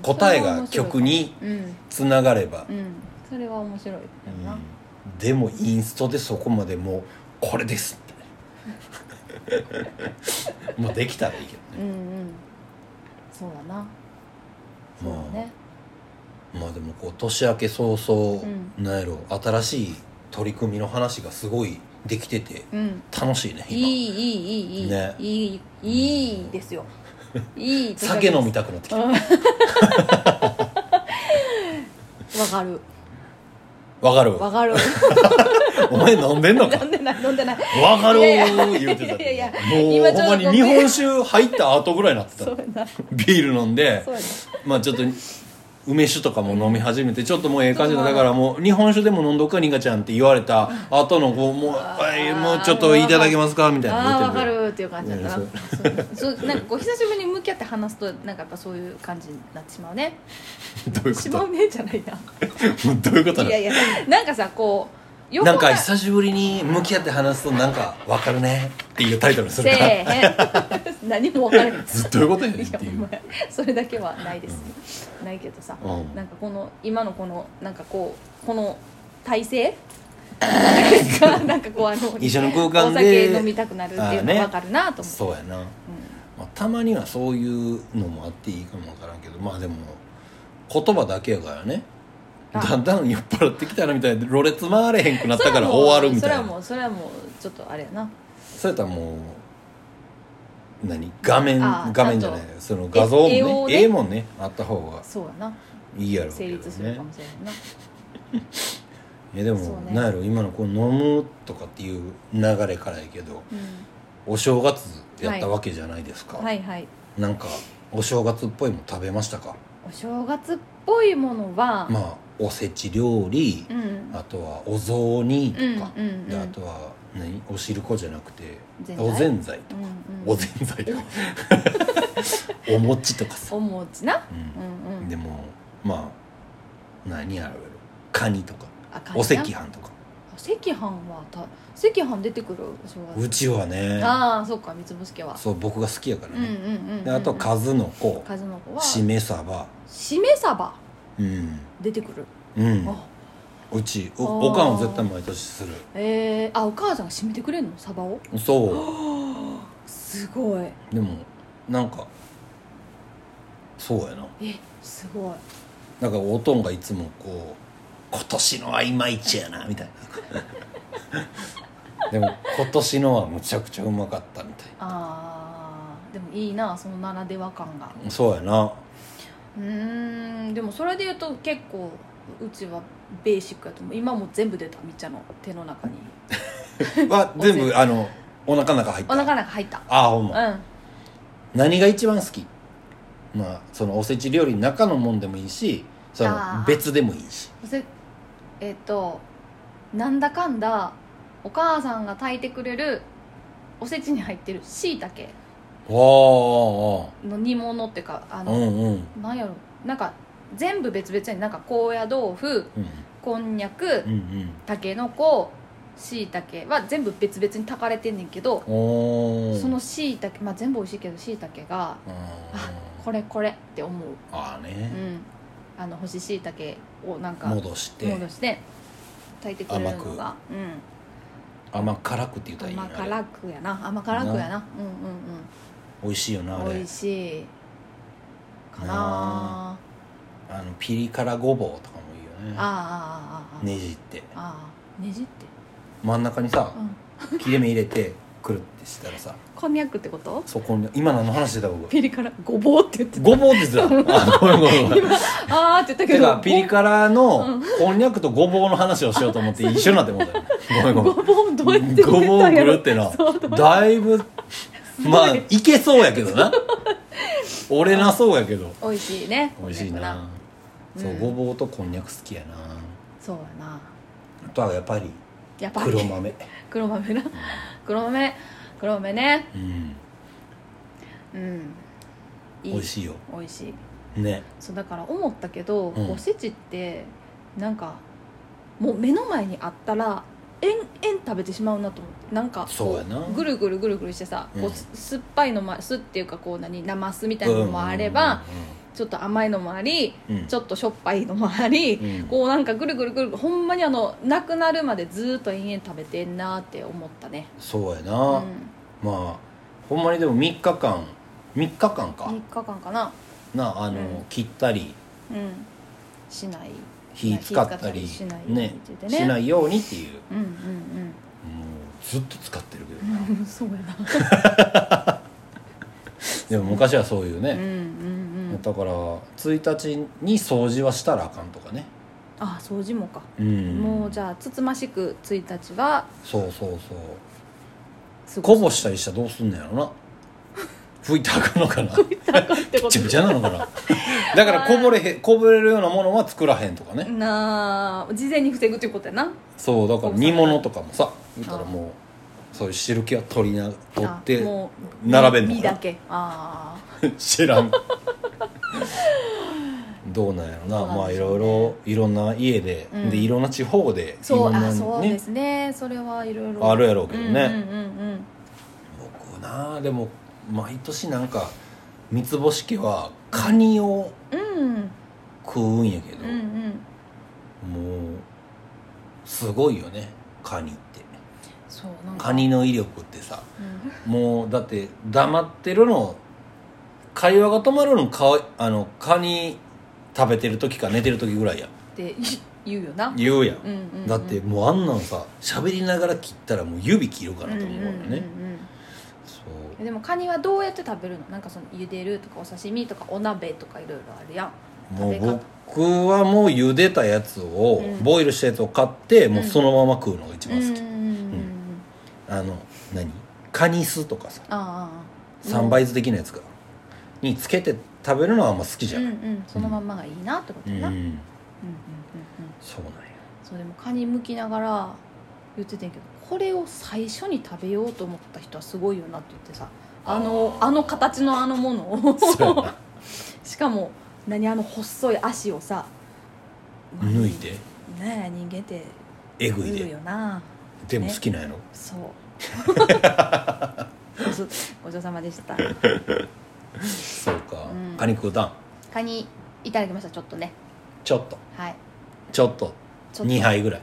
A: 答えが曲に
B: うん
A: つながれば、
B: うんそれは面白いよな、
A: うんでもインストでそこまでもうこれですっ てもうできたらいいけ
B: うんうんそうだなそうだね
A: まあでもこう年明け早々、
B: う
A: なんやろ新しい取り組みの話がすごいできてて
B: うん
A: 楽しいね
B: い
A: 今
B: いいいいいいい、
A: ね
B: いいいいですよいい年明
A: 酒
B: け
A: 飲みたくなってきた
B: うんわかる
A: わかる
B: わかる
A: お前飲んでんのか
B: 飲んで ない飲んでない
A: わかる
B: いやい
A: ー言うてた
B: いやいや
A: も
B: 今
A: う
B: ちょ
A: ほ
B: っ
A: ん
B: と
A: まに日本酒入った後ぐらいになって
B: そう
A: た
B: やな
A: ビール飲んで
B: そうやな
A: まあちょっと梅酒とかも飲み始めてちょっともうええ感じだだからもう日本酒でも飲んどくかにかちゃんって言われた後のこうもうはいもうちょっといただけますかみたいな
B: ああ
A: 言
B: わ
A: って
B: か
A: る
B: るっていう感じだったな、
A: ね
B: そうそうなんかこう久しぶりに向き合って話すとなんかやっぱそういう感じになってしまうね
A: どういう
B: し
A: こ
B: まうねじゃない
A: とどういうこと
B: な
A: ないの
B: やいやなんかさこう横が
A: なんか久しぶりに向き合って話すとなんかわかるねっていうタイトルにす
B: せ
A: る
B: え
A: から
B: へん 何も分からへん
A: ずっとどういうことやねん
B: い
A: っ
B: や
A: てい
B: お
A: う
B: 前それだけはないです、ないけどさ、
A: うん
B: なんかこの今のこのなんかこうこの体勢 なんかこうあの
A: 一緒の空間で
B: お酒飲みたくなるっていうの
A: あーね
B: 分かるなと思って、
A: そうやなまあ、たまにはそういうのもあっていいかもわからんけどまあでも言葉だけやからね
B: あ
A: だんだん酔っ払ってきたなみたいなろれつ回れへんくな
B: だ
A: ったから終わるみたい
B: それはも
A: な
B: うそれはもうそれはもうちょっとあれやな
A: それやったらもう何画面
B: あー
A: 画面じゃないその画像もね
B: 絵絵をね
A: ええもんねあった方が
B: そうやない
A: いやろう
B: 成
A: けど
B: 立する
A: ね
B: かもしれないな、
A: えでも、
B: そうね
A: なんやろ今のこう飲むとかっていう流れからやけどお正月やったわけじゃないですか、
B: うん、はいはい
A: なんかお正月っぽいもん食べましたか
B: お正月っぽいものは、
A: まあおせち料理、
B: うんうん
A: あとはお雑煮とか、
B: うんうんうん
A: であとは何お汁粉じゃなくて
B: ぜんざい
A: おぜんざいとか、
B: うん
A: おぜんざいと かお餅とかさ、
B: お餅な、
A: うん
B: うんうん
A: でもまあ何あるやろカニとか
B: あかんな
A: お赤飯とか
B: 赤飯はた赤飯出てくるお正
A: う
B: 月
A: ちはね
B: ああそうか三つ星家は
A: そう僕が好きやから
B: うんうん
A: ね、
B: うんうん、うん、
A: であと数の子
B: 数の子は
A: しめさば
B: しめ鯖
A: うん
B: 出てく
A: う
B: る、
A: ん
B: あ
A: うち
B: あー
A: おおかんは絶対毎年する
B: えー、あお母さんがしめてくれるの鯖を
A: そ
B: すごいう
A: でもなんかそうやな
B: えすごい
A: なんかおとんがいつもこう「今年のはいまいちやな」みたいな でも今年のはむちゃくちゃうまかったみたい
B: あーでもいいなそのならでは感が
A: なそうやな
B: うーんでもそれで言うと結構うちはベーシックやと思う今もう全部出たみっちゃんの手の中に
A: は
B: おせ
A: 全部あのお腹の中入っ
B: お
A: た
B: 腹の中入った
A: ああほん
B: う
A: ま
B: ん
A: 何が一番好きまあそのおせち料理の中のもんでもいいしそ
B: あ
A: の
B: ー
A: 別でもいいし
B: そしてえっ、となんだかんだお母さんが炊いてくれるおせちに入ってるしいたけ
A: ああ
B: の煮物っていうかあ
A: う
B: の、
A: んうん
B: なんやろなんか全部別々になんか高野豆腐
A: うん
B: こんにゃく
A: うんうん
B: たけのこしいたけは全部別々に炊かれてんねんけど、
A: おー
B: そのしいたけまあ全部美味しいけどしいたけが
A: うん
B: あこれこれって思う
A: ああ
B: う
A: ね
B: んあの干ししいたけをなんか
A: 戻して
B: 戻して炊いてくれるのが
A: 甘
B: うん
A: 甘辛くって言ったらいいな
B: 甘
A: あれ
B: 辛くやな甘辛くやな
A: 美味しいよ
B: うん
A: な
B: う
A: あ
B: んうん美
A: れ
B: 味しいかな
A: なあのピリ辛ごぼうとかもいいよ
B: あ
A: ね
B: ああああああ
A: ねじって
B: ああねじって
A: 真ん中にさ
B: うん
A: 切れ目入れてくるってしたらさ
B: こんにゃくってこと
A: そこに今何の話してた僕
B: ピリ辛ごぼうって言って
A: ごぼうです よあごめんごめんごめん
B: ああって言ったけ
A: て
B: ど
A: かピリ辛のこんにゃくとごぼうの話をしようと思って一緒になってもうたよごめんごめ
B: ご
A: ん
B: ぼうどうやって
A: ごぼうぐるってな
B: そうどう
A: だいぶまあいけそうやけどな俺なそうやけど
B: 美味しいね
A: 美味しい
B: こんにゃ
A: な
B: くうん
A: そうごぼうとこんにゃく好きやな
B: そうやな
A: あとはやっぱり
B: やっぱり
A: 黒豆
B: 黒豆な黒豆黒豆ね
A: うん
B: うんい
A: 美味しいよ
B: 美味しい
A: ね
B: そうだから思ったけど、
A: うん
B: おせちってなんかもう目の前にあったらえんえん食べてしまうなと思ってなんかこ
A: そうやな
B: ぐるぐるぐるぐるしてさ、
A: うん
B: こうす酸っぱいのも酢っていうかこう何生酢みたいなのもあれば、ちょっと甘いのもあり、
A: うん
B: ちょっとしょっぱいのもあり、
A: うん
B: こうなんかぐるぐるぐるぐるほんまにあのなくなるまでずっと延々食べてんなって思ったね
A: そうやな、
B: うん
A: まあほんまにでも3日間3日間か、
B: 3日間かな
A: なあの、
B: うん
A: 切ったり
B: うんしない
A: 火使ったり
B: しない
A: ね
B: って言ってね
A: しないようにっていう
B: うんうん
A: もうずっと使ってるけどな
B: うんそうやな
A: でも昔はそういう
B: うんう
A: ね、
B: んうん
A: だから1日に掃除はしたらあかんとかね
B: あ掃除もか、
A: うん
B: もうじゃあつつましく1日は
A: そうそうそう
B: す
A: こ
B: ごい
A: ぼしたりしたらどうすんのやろな拭いてあかんのかな
B: ってこ
A: びちゃび
B: と
A: ちゃなの かなだからこぼれへんこぼれるようなものは作らへんとかね、
B: なあ事前に防ぐということやな
A: そうだから煮物とかもさ言った
B: あ
A: らもうそういう汁気は取りな取っ
B: あ
A: て
B: もう
A: 並べんのかな
B: 身だけああ
A: 知ら んどうなんやろな
B: そうなん
A: まあ
B: で
A: い
B: すよ
A: ろ
B: ね
A: いろいろんな家で、
B: うん
A: でいろんな地方でい
B: そ
A: ろ
B: うん
A: な
B: あそうですねそれはいろいろ
A: あるやろうけどね
B: うんうんうんうん
A: 僕なでも毎年なんか三つ星家はカニを
B: うん
A: 食うんやけど
B: うんう、ん
A: もうすごいよねカニって
B: そうなんか
A: カニの威力ってさ
B: うん
A: もうだって黙ってるの会話が止まるのかあのカニ食べてる時か寝てる時ぐらいや
B: って言うよな
A: 言うやん
B: うんうんうん
A: だってもうあんなんさ喋りながら切ったらもう指切るかなと思うよね、
B: うんうん
A: そ
B: うん
A: う
B: うんでもカニはどうやって食べるのなんかその茹でるとかお刺身とかお鍋とかいろいろあるやん
A: も
B: 食べ方
A: う僕はもう茹でたやつを、
B: うん
A: ボイルしたやつを買ってもううんそのまま食うのが一
B: う
A: 番
B: ん
A: 好
B: うん
A: き、
B: うんうん
A: あの何カニ酢とかさ
B: ああ
A: 三
B: う
A: 杯酢的なやつかにつけて食べるのはあんま好きじゃ、
B: んうんんそのまんまがいいなってこと
A: うん
B: や
A: うん
B: なうんうんうんうん
A: そうなんや
B: そうでもカニ剥きながら言ってたんやけどこれを最初に食べようと思った人はすごいよなって言ってさあの
A: あー
B: あの形のあのものを
A: そうやな
B: しかも何あの細い足をさ
A: 抜いて
B: ねえ人間って
A: えぐい
B: 食う
A: で
B: よな
A: でも好きなんやろ、
B: そう ごちょごちそうさまでした
A: そうか、
B: うん
A: カニ食うたん
B: カニいただきましたちょっとね
A: ちょっと
B: はい
A: ちょっと
B: ちょっと
A: 2杯ぐらい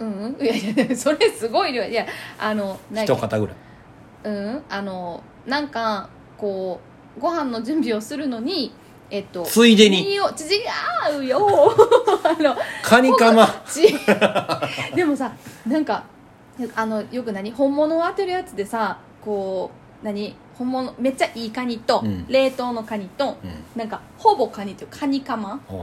B: うんうんいやいやそれすごい量やいやあのない
A: 一肩ぐらい
B: うんあのなんかこうご飯の準備をするのにえっと
A: ついでに
B: いよ違うよ あの
A: カニカマ
B: ち でもさなんかあのよく何本物を当てるやつでさこう何本物めっちゃいいカニと、
A: うん
B: 冷凍のカニと
A: うん
B: なんかほぼカニというカニカマ
A: あー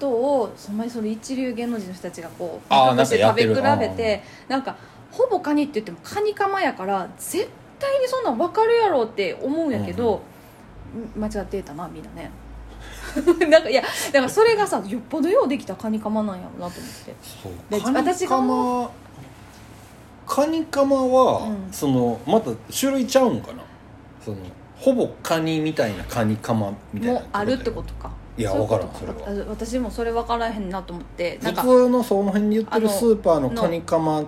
B: とをそのその一流芸能人の人たちがこう
A: あー
B: 比較して
A: なんかやってる
B: 食べ比べてなんかほぼカニって言ってもカニカマやから絶対にそんなん分かるやろうって思うんやけど、ん間違ってたなみんなね なんかいやだからそれがさよっぽどようできたカニカマなんやろうなと思って
A: そう
B: で
A: カニ
B: 私
A: カ
B: が
A: マカニカマは、
B: うん
A: そのまた種類ちゃうんかなそのほぼカニみたいなカニカマみたいな
B: もあるってことか
A: いや
B: そううこ
A: 分からんそれ
B: わ私もそれ分からへんなと思ってなんか
A: 普通のその辺に売ってる
B: あの
A: スーパーのカニカマ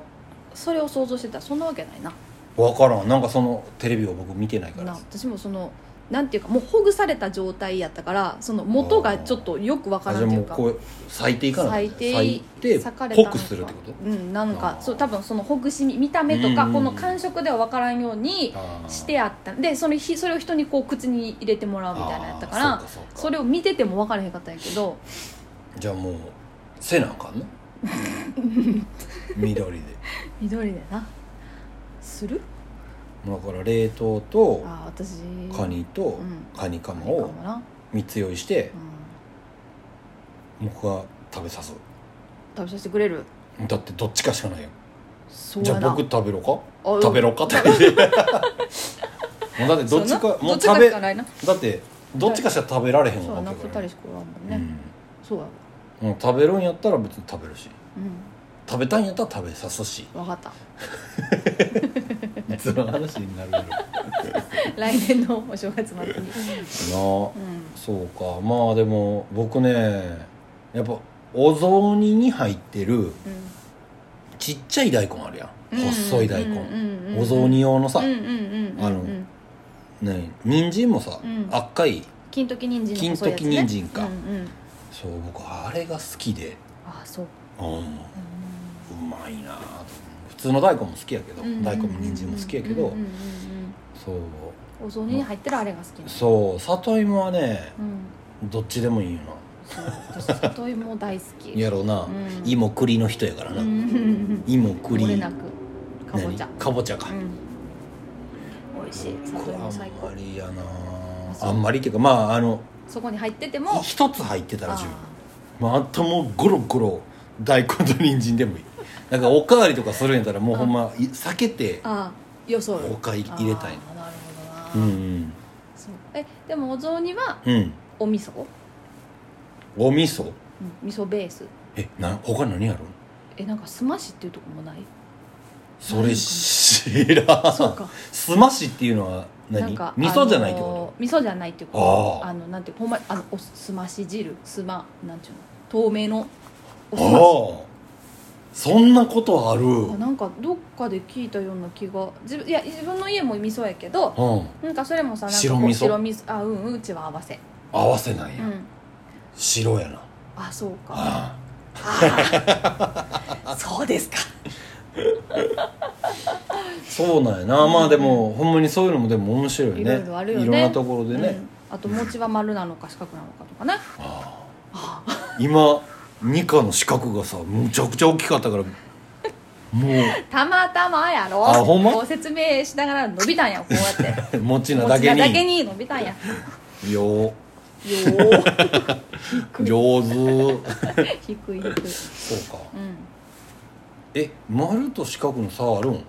B: それを想像してたらそんなわけないな
A: わからんなんかそのテレビを僕見てないから
B: な私もそのなんていうかもうほぐされた状態やったからその元がちょっとよくわか
A: あ
B: ら
A: じゃ
B: ん
A: あも
B: っていう
A: う
B: か
A: こう咲いていかない
B: 最低裂
A: て
B: かれた
A: 濃
B: の
A: く
B: か
A: するってこと
B: うんなん
A: あ
B: か
A: ー
B: そう多分そのほぐしみ見た目とか
A: うん
B: この感触ではわからんように
A: あー
B: してあったでその日それを人にこう口に入れてもらうみたいなやったから
A: あーそうかそ
B: そう
A: か
B: れを見てても分からへんかったんやけど
A: じゃあもうせなあかんの 緑で
B: 緑でなする
A: だから冷凍と
B: あー私
A: カニと
B: うん
A: カニカマ
B: カニか
A: を
B: もな、
A: 3つ用意して
B: うん
A: 僕が食べさす
B: 食べさせてくれる
A: だってどっちかしかないよ
B: そう
A: じゃ
B: や
A: あ
B: な
A: 僕食べろか
B: あ
A: 食べろ かってもうだってどっち
B: そう
A: か
B: やな
A: も
B: どっ
A: う食
B: ちかし
A: べだ
B: かないな
A: ってどっちかしか食べられへん
B: そう
A: わ
B: やな
A: け
B: 二
A: だ
B: 人
A: から
B: しかおらんもんね、そうやわ
A: うんもう食べるんやったら別に食べるし
B: う
A: 食べたいんやったら食べさすし
B: ん分かった
A: いつの話になるやろな
B: 来年のお正月までに
A: あ
B: うん
A: そうかまあでも僕ねやっぱお雑煮に入ってるちっちゃい大根あるやん細い大根、お雑煮用のさ、
B: うんうんうんうん
A: あのね人参もさ、
B: うん
A: 赤い
B: 金時人参の
A: 金
B: 細いやつ
A: 時
B: ね
A: 人参か、
B: うんうん
A: そう僕あれが好きで
B: あそう
A: うんう
B: う
A: まいなぁと思う普通の大根も好きやけど、
B: んうん
A: 大根も人参も好きやけど、
B: うんうんうんうん
A: そう
B: お雑煮に入ってるあれが好きな
A: そう里芋はね
B: うん
A: どっちでもいいよな
B: そう私里芋大好き
A: やろうな、
B: うん
A: 芋栗の人やからな、
B: うん
A: 芋栗
B: 漏れなくかぼちゃ
A: 何かぼちゃか、
B: うん美味しい里
A: あ
B: 芋最
A: ん
B: 高
A: まりやな
B: そう
A: あんまりっていうかまああの
B: そこに入ってても
A: 一つ入ってたら
B: あ
A: 自分まあ、あともうゴロゴロ大根と人参でもいいなんかおかわりとかするんやったらもうほんまい避けて
B: ーあーよそ
A: おかい入れたいな
B: ななるほ
A: う
B: どな、
A: ん
B: そうえでもお雑煮は
A: うんうん
B: お味噌、
A: お味噌
B: うん、味噌ベース
A: えな他何やろ
B: えなんかすましっていうとこもない
A: それ知らん
B: そうか
A: すましっていうのは
B: なん
A: 何
B: か
A: 味噌じゃないって
B: あの
A: こ
B: ー味噌じゃないってこ
A: あ
B: と
A: ー
B: あのなんていうほんまあのおすまし汁すまなんていうの透明の
A: と
B: おすまし
A: ああそんなことある
B: あなんかどっかで聞いたような気が自分いや自分の家も味噌やけど
A: うん
B: なんかそれもさなんか
A: 白
B: こう
A: 味噌
B: 白味噌あうんうんうちは合わせ
A: 合わせないうや、
B: ん
A: 白やな
B: あそうか
A: あ
B: あそうですか
A: あそうなんやな、まあでもほんまにそういうのもでも面白いね
B: いろいろあるよね
A: いろんなところでね、
B: うんあと餅は丸なのか四角なのかとかね
A: 今ニカの四角がさむちゃくちゃ大きかったからも
B: たまたまやろ
A: あほんま
B: こう説明しながら伸びたんやこうやって
A: う持ちなだ
B: 餅
A: け
B: が
A: に
B: だけに伸びたんやよ
A: よ
B: ー
A: う上手
B: 低い低い
A: そうか
B: うん
A: え丸と四角の差あるん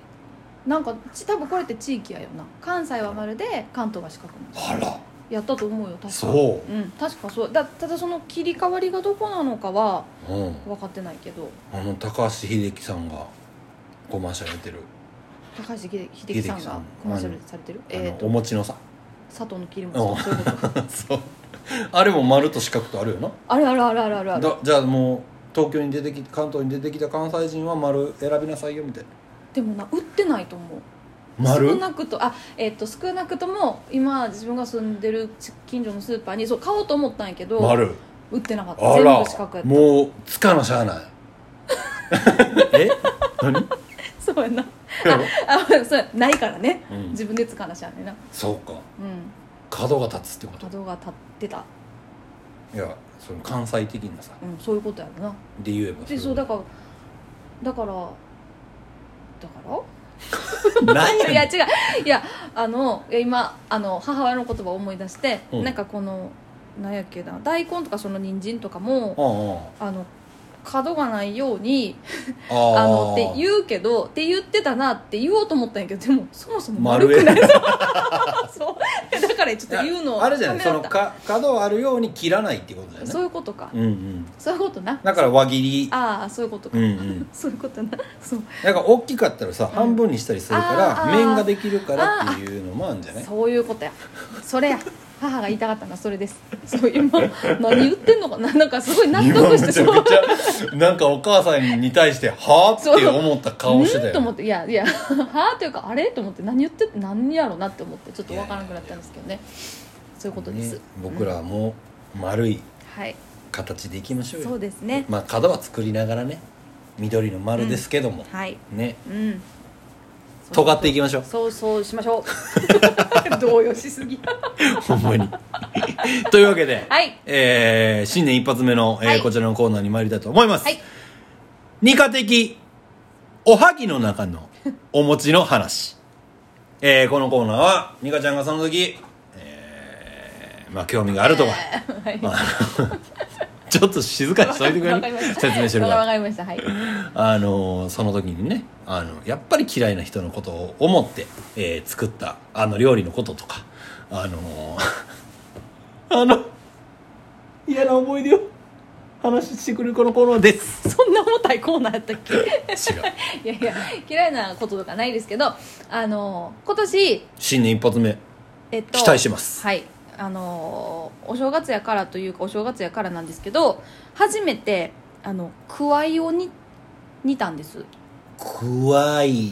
B: なんかち多分これって地域やよな関西は丸で関東が四角なんです
A: あら
B: やったと思うよ確か
A: そ
B: うん確かそうだただその切り替わりがどこなのかは
A: う、うん、
B: 分かってないけど
A: あの高橋秀樹さんがコマーシャルやってる
B: 高橋秀樹さん
A: 秀樹さ
B: が
A: ん
B: コマーシャルされてる
A: あ
B: え
A: の
B: っ、
A: お
B: と
A: 餅のさ
B: 佐藤の切り餅そういうこと
A: そうあれも丸と四角とあるよな
B: あるあるあるあるあるある
A: だじゃあもう東京に出てき関東に出てきた関西人は丸選びなさいよみたいな
B: でもな売ってないと思う少
A: 丸
B: なくとあえっ、と少なくとも今自分が住んでる近所のスーパーにそう買おうと思ったんやけど
A: 丸
B: 売ってなかった
A: あ
B: 全
A: ら
B: 部四角やった
A: もうつかなしゃあない え何
B: そうやな
A: やろ
B: あそうないからね、
A: うん
B: 自分でつかなしゃあねんな
A: そうか
B: うん
A: 角が立つってこと
B: 角が立ってた、
A: いやその関西的なさ
B: うん、そういうことやろな
A: で言えば
B: でそうだからだからだか
A: ら
B: ら
A: 何や
B: いや
A: ねん
B: 違ういやあのいや今あの母親の言葉を思い出して、
A: うん
B: なんかこのなんやっけな大根とかその人参とかも
A: あ
B: あの角がないように
A: あああ
B: あのって
A: う
B: 言うけどって言ってたなって言おうと思ったんやけどでもそもそも丸
A: 丸
B: く
A: く
B: な
A: ない
B: そうだからちょっと言うのを
A: あれじゃない
B: た
A: そ
B: め
A: の
B: らった
A: か角あるように切らないってことだよね
B: そういうことか、
A: うんうん
B: そういうことな
A: だから輪切り
B: ああそういうことか、
A: うんうん
B: そういうことなそう
A: なんか大きかったらさ半分にしたりするから
B: あー
A: 面ができるからっていうのもあるんじゃない
B: そういうことやそれや母が言いたかったのはそれですそう今何言ってんのかななんかすごい納
A: 今
B: 得
A: め
B: し
A: ち
B: て
A: ゃ
B: そう
A: くちゃなんかお母さんに対して「はあ?」って思った顔してた
B: うん
A: よね
B: と思っていやいやはあというかあれと思って何言って何やろうなって思ってちょっとわからなくなったんですけどねそういうことです、
A: ね、僕
B: うん
A: らも丸い
B: はい
A: 形でいきましょうよ
B: そうですね
A: まあ角は作りながらね緑の丸ですけども、
B: はい
A: ね
B: うん
A: 尖っていきましょう
B: そうそうしましょ う動揺しすぎ
A: ほんまにというわけで、
B: はい
A: えー新年一発目の、えー
B: はい
A: こちらのコーナーに参りたいと思います、
B: はい
A: 二課的おはぎの中のお餅の 話、えーこのコーナーは二課ちゃんがその時、えーまあ興味があるとか、
B: はい
A: まああのちょっと静かにしといてくれ
B: わ
A: る
B: かりました
A: 説明してるから
B: わかりましたはい
A: あのその時にねあのやっぱり嫌いな人のことを思って、えー作ったあの料理のこととかあの あの嫌な思い出を話してくれるこのコーナーです
B: そんな重たいコーナーやったっ け
A: 違う
B: いやいや嫌いなこととかないですけどあの今年、
A: 新年一発目
B: えっと、
A: 期待してます
B: はいあのお正月やからというかお正月やからなんですけど初めてあのくわいをに煮たんです
A: くわい